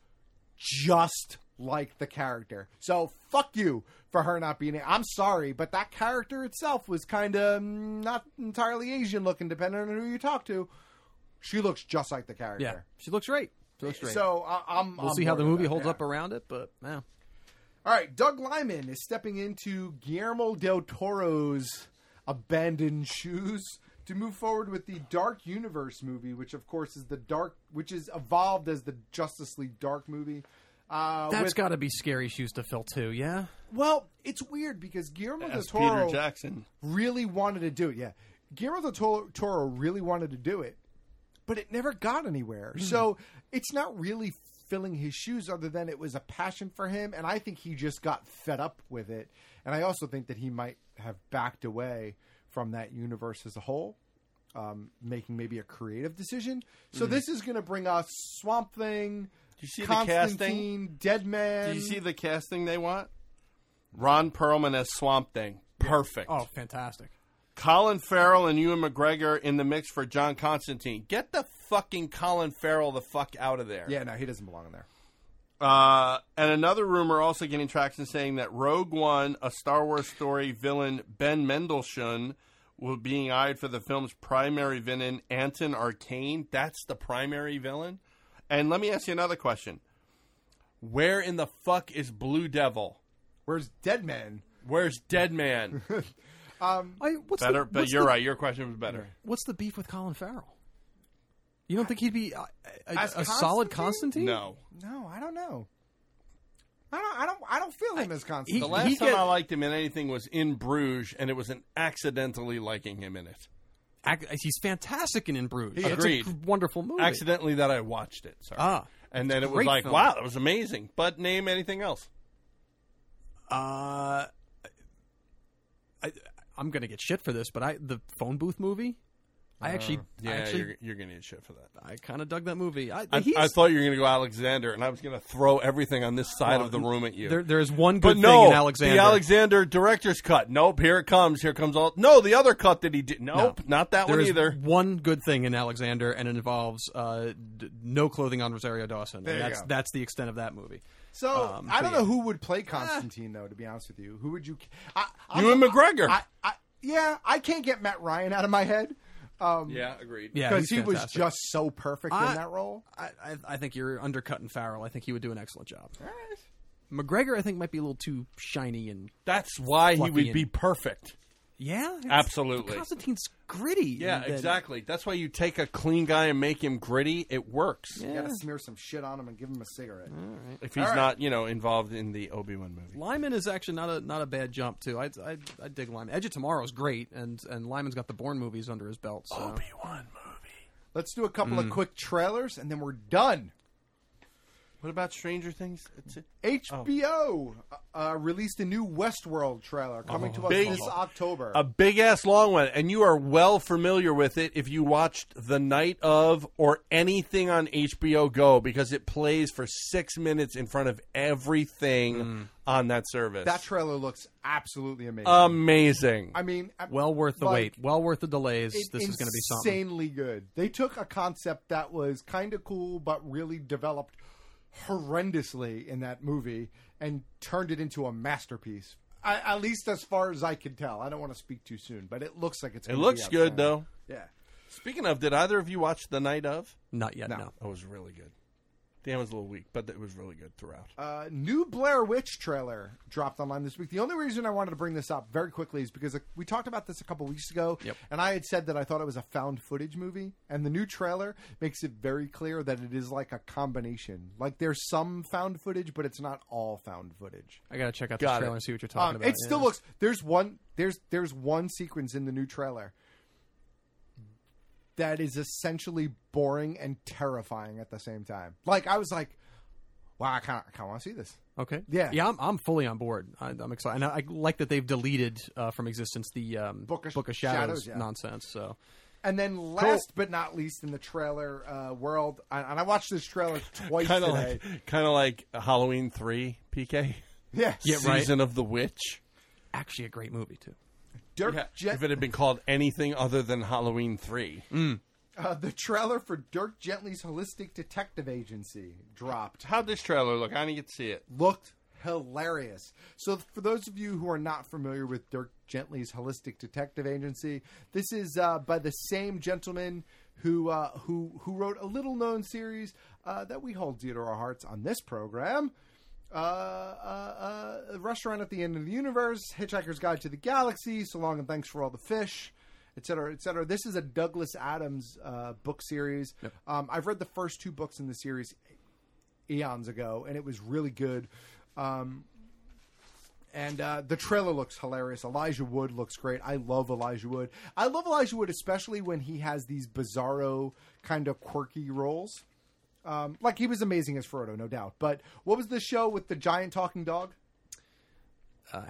just like the character. So fuck you for her not being. I'm sorry, but that character itself was kind of not entirely Asian looking, depending on who you talk to. She looks just like the character.
Yeah, she looks great. She looks great.
So I, I'm.
We'll
I'm
see how
bored
the
with
movie
that,
holds
yeah.
up around it, but yeah.
All right, Doug Lyman is stepping into Guillermo del Toro's abandoned shoes to move forward with the Dark Universe movie, which of course is the dark, which is evolved as the Justice League Dark movie. Uh,
That's
with-
got to be scary shoes to fill too. Yeah.
well, it's weird because Guillermo del
As
Toro
Peter Jackson.
really wanted to do it. Yeah, Guillermo del Toro- Toro really wanted to do it, but it never got anywhere.
Hmm.
So it's not really filling his shoes, other than it was a passion for him, and I think he just got fed up with it. And I also think that he might have backed away from that universe as a whole. Um, making maybe a creative decision, so
Mhm.
this is going to bring us Swamp Thing,
you see the
Constantine, Dead Man.
Do you see the casting they want? Ron Perlman as Swamp Thing. Perfect.
Oh, fantastic.
Colin Farrell and Ewan McGregor in the mix for John Constantine. Get the fucking Colin Farrell the fuck out of there.
Yeah, no, he doesn't belong in there.
Uh, and another rumor also getting traction saying that Rogue One, a Star Wars story villain, Ben Mendelsohn, will being eyed for the film's primary villain, Anton Arcane. That's the primary villain. And let me ask you another question: Where in the fuck is Blue Devil?
Where's Dead Man?
Where's Dead Man?
Um,
I, what's
better,
the,
but
what's
you're
the-
right. Your question was better.
What's the beef with Colin Farrell? You don't think he'd be a, a,
As
a solid Constantine?
No.
No, I don't know. I don't. I don't. I don't feel him as Constantine.
the last time I liked him in anything was in Bruges, and it was an accidentally liking him in it.
Ac- He's fantastic in In Bruges. That's a
Agreed.
g- wonderful movie.
Accidentally that I watched it. Sorry.
Ah,
and
it's
then
a
it was
great
like,
film.
wow, that was amazing. But name anything else.
Uh, I, I'm gonna get shit for this, but I the phone booth movie. I actually,
Uh, yeah,
I actually,
you're, you're gonna get shit for that.
I kind of dug that movie. I,
I,
he's-
I thought you were gonna go Alexander, and I was gonna throw everything on this side
Well,
of the room at you.
there- there's one
but
good
no,
thing in Alexander.
The Alexander director's cut. Nope, here it comes. Here comes all. No, the other cut that he did. Nope, not that
There
one
is
either.
One good thing in Alexander, and it involves uh, d- no clothing on Rosario Dawson.
There
and
you
that's
go.
that's the extent of that movie.
So
Um,
I
so
don't
yeah.
know who would play Constantine though. To be honest with you, who would you? I, I,
Ewan McGregor.
I, I, yeah, I can't get Matt Ryan out of my head. Um,
Yeah, agreed.
Yeah,
because
he's
he was
fantastic.
just so perfect
I-
in that role.
I, I, I think you're undercutting Farrell. I think he would do an excellent job. McGregor, I think, might be a little too shiny and
That's why he
fluffy
would
and-
be perfect.
Yeah, it's-
Absolutely.
Constantine's gritty.
Yeah,
and then-
exactly. That's why you take a clean guy and make him gritty. It works.
You got to smear some shit on him and give him a cigarette.
If he's
All right.
not, you know, involved in the Obi Wan movie.
Lyman is actually not a not a bad jump too. I I, I dig Lyman. Edge of Tomorrow's great, and and Lyman's got the Bourne movies under his belt. So.
Obi Wan movie.
let's do a couple of
Mm. Oh.
quick trailers and then we're done.
What about Stranger Things? It's
HBO uh, released a new Westworld trailer
Oh.
coming to us
Big-
this October.
a big ass long one, and you are well familiar with it if you watched The Night of or anything on HBO Go because it plays for six minutes in front of everything on that service.
that trailer looks absolutely amazing.
amazing.
I mean, I-
Um, Well worth the
like,
wait. Well worth the delays.
it-
this is going to be something.
insanely good. They took a concept that was kind of cool, but really developed horrendously in that movie and turned it into a masterpiece. I, at least as far as I can tell. I don't want to speak too soon, but it looks like it's.
It
gonna be
looks good,
outstanding.
though.
Yeah.
Speaking of, did either of you watch The Night of?
Not yet. No.
It was really good. Dan was a little weak, but it was really good throughout.
Uh, new Blair Witch trailer dropped online this week. The only reason I wanted to bring this up very quickly is because uh, we talked about this a couple weeks ago,
Yep.
and I had said that I thought it was a found footage movie, and the new trailer makes it very clear that it is like a combination. Like there's some found footage, but it's not all found footage.
I gotta check out
Got
the
it.
trailer and see what you're
Um,
talking about.
It still
yeah.
looks there's one there's there's one sequence in the new trailer that is essentially boring and terrifying at the same time. Like I was like, wow, I kind of I kind of want to see this.
okay.
Yeah.
yeah. I'm, I'm fully on board. I, I'm excited, and I, I like that they've deleted uh, from existence the um, Book of, Shadows,
Shadows, yeah.
nonsense. So
And then, last but not least, in the trailer uh, world, and and I watched this trailer twice
Kind of
today.
like, kind of like Halloween three, PK.
Yeah.
Yeah, right.
Season of the Witch.
actually a great movie too.
Dirk
Yeah,
Jet-
if it had been called anything other than Halloween Three,
Uh, the trailer for Dirk Gently's Holistic Detective Agency dropped.
How'd this trailer look? I didn't get to see it.
Looked hilarious. So, for those of you who are not familiar with Dirk Gently's Holistic Detective Agency, this is uh, by the same gentleman who uh, who who wrote a little known series uh, that we hold dear to our hearts on this program. Uh, uh, uh, restaurant at the end of the universe, Hitchhiker's Guide to the Galaxy, So Long and Thanks for All the Fish et cetera, et cetera. This is a Douglas Adams uh, book series. Um, I've read the first two books in the series eons ago, and it was really good. Um, and uh, the trailer looks hilarious. Elijah Wood looks great. I love Elijah Wood. I love Elijah Wood, especially when he has these bizarro, kind of quirky roles. Um, like he was amazing as Frodo, no doubt. But what was the show with the giant talking dog?
Uh,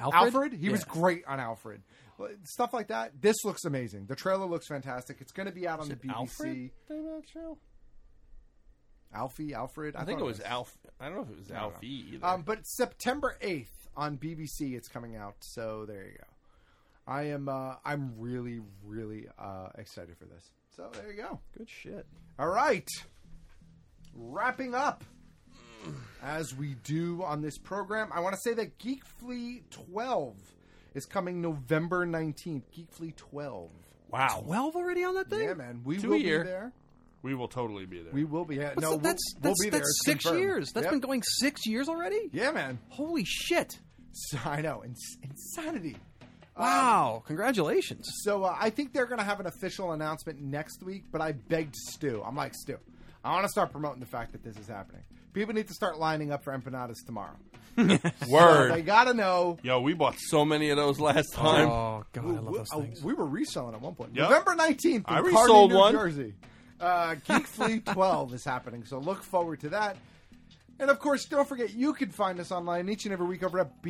He was
Yeah.
great on Alfred. Well, Stuff like that. This looks amazing. The trailer looks fantastic. It's going to be out on
Is
the
it
BBC.
Alfred?
Alfie, Alfred.
I, think
thought
it was Alf. I don't know if it was
I don't know.
Alfie either.
Um, but it's September eighth on BBC. It's coming out. So there you go. I am. Uh, I'm really, really uh, excited for this. So there you go.
Good shit.
All right. Wrapping up. As we do on this program, I want to say that Geek Flea 12 is coming November 19th. Geek Flea 12.
Wow.
12 already on that thing?
Yeah, man. We
Two
will
a year.
be there.
we will totally be there.
We will be. Yeah,
What's
no,
the-
we'll-
that's
we'll,
that's,
be there.
that's
It's
six
confirmed.
years. That's
Yep.
been going six years already.
Yeah, man.
Holy shit!
So- I know. Ins- insanity. Um,
Wow! Congratulations.
So uh, I think they're going to have an official announcement next week, but I begged Stu. I'm like, Stu, I want to start promoting the fact that this is happening. People need to start lining up for empanadas tomorrow.
Word.
So they got to know.
Yo, we bought so many of those last time.
Oh god, I
we, uh, we were reselling at one point.
Yep.
November 19th in
I
Kearney,
resold
New
one.
Jersey. Uh, Geek Fleet 12 is happening, so look forward to that. And of course, don't forget you can find us online each and every week over at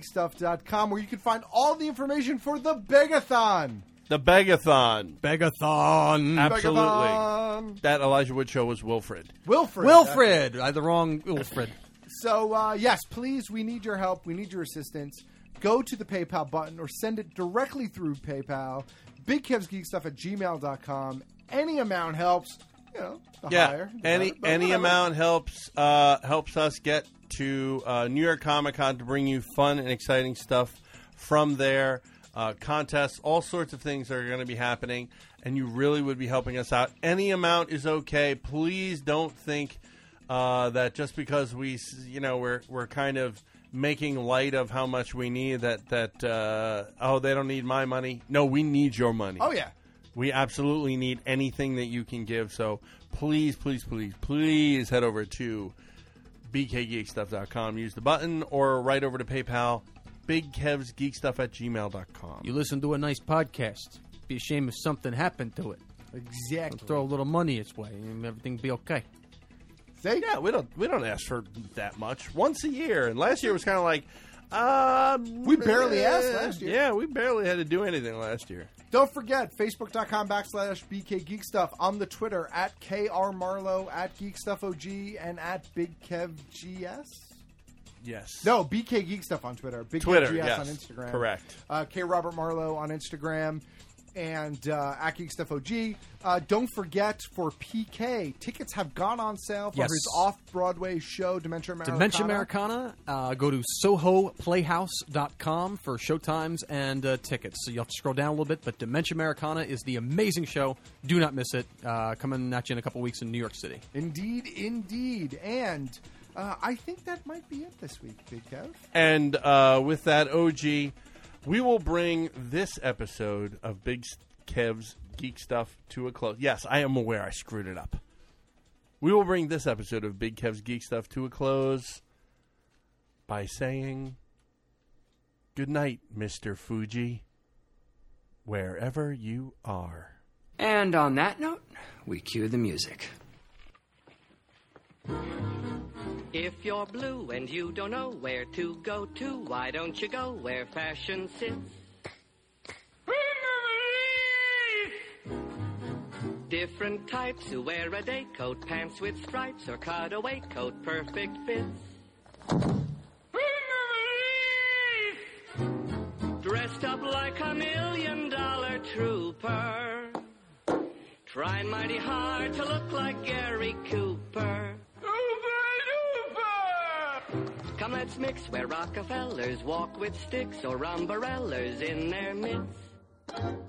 bkgeekstuff.com where you can find all the information for the Begathon.
The Begathon.
Begathon.
Absolutely.
Begathon.
That Elijah Wood show was Wilfred.
Wilfred.
Wilfred. I had the wrong Wilfred.
So uh, yes, please, we need your help. We need your assistance. Go to the PayPal button or send it directly through PayPal. BigKevsGeekStuff at gmail.com. Any amount helps. You know, the
yeah.
higher. the
any
better, but
any
whatever.
amount helps uh, helps us get to uh, New York Comic Con to bring you fun and exciting stuff from there. Uh, contests, all sorts of things that are going to be happening, and you really would be helping us out. Any amount is okay. Please don't think uh, that just because we, s- you know, we're we're kind of making light of how much we need that that uh, oh they don't need my money. No, we need your money.
Oh, yeah.
We absolutely need anything that you can give. So please, please, please, please head over to bkgeekstuff.com. Use the button or right over to PayPal, bigkevsgeekstuff at gmail.com.
You listen to a nice podcast. Be ashamed if something happened to it.
Exactly.
Throw a little money its way, and everything be okay.
Say
Yeah, we don't we don't ask for that much once a year, and last year was kind of like, um,
We barely
eh,
asked last year.
Yeah, we barely had to do anything last year.
Don't forget, facebook.com backslash BK Geek Stuff. On the Twitter, at KR Marlowe, at Geek Stuff OG, and at BigKevGS.
Yes.
No, BK Geek Stuff on Twitter. Big
Twitter,
GS
yes.
on Instagram.
Correct.
Uh, K Robert Marlowe on Instagram and uh, at Geek Stuff OG. Uh, don't forget for PK, tickets have gone on sale for
Yes.
his off Broadway show, Dementia Americana.
Dementia Americana. Uh, go to sohoplayhouse.com for showtimes and uh, tickets. So you have to scroll down a little bit, but Dementia Americana is the amazing show. Do not miss it. Uh, coming at you in a couple weeks in New York City.
Indeed, indeed. And uh, I think that might be it this week, Big Kev.
And uh, with that, OG, we will bring this episode of Big Kev's Geek Stuff to a close. Yes, I am aware I screwed it up. We will bring this episode of Big Kev's Geek Stuff to a close by saying good night, Mr. Fuji, wherever you are.
And on that note, we cue the music.
If you're blue and you don't know where to go to, why don't you go where fashion sits? Different types who wear a day coat, pants with stripes, or cutaway coat, perfect fits. Cooper. Trying mighty hard to look like Gary Cooper. Come, let's mix where Rockefellers walk with sticks or umbrellas in their midst.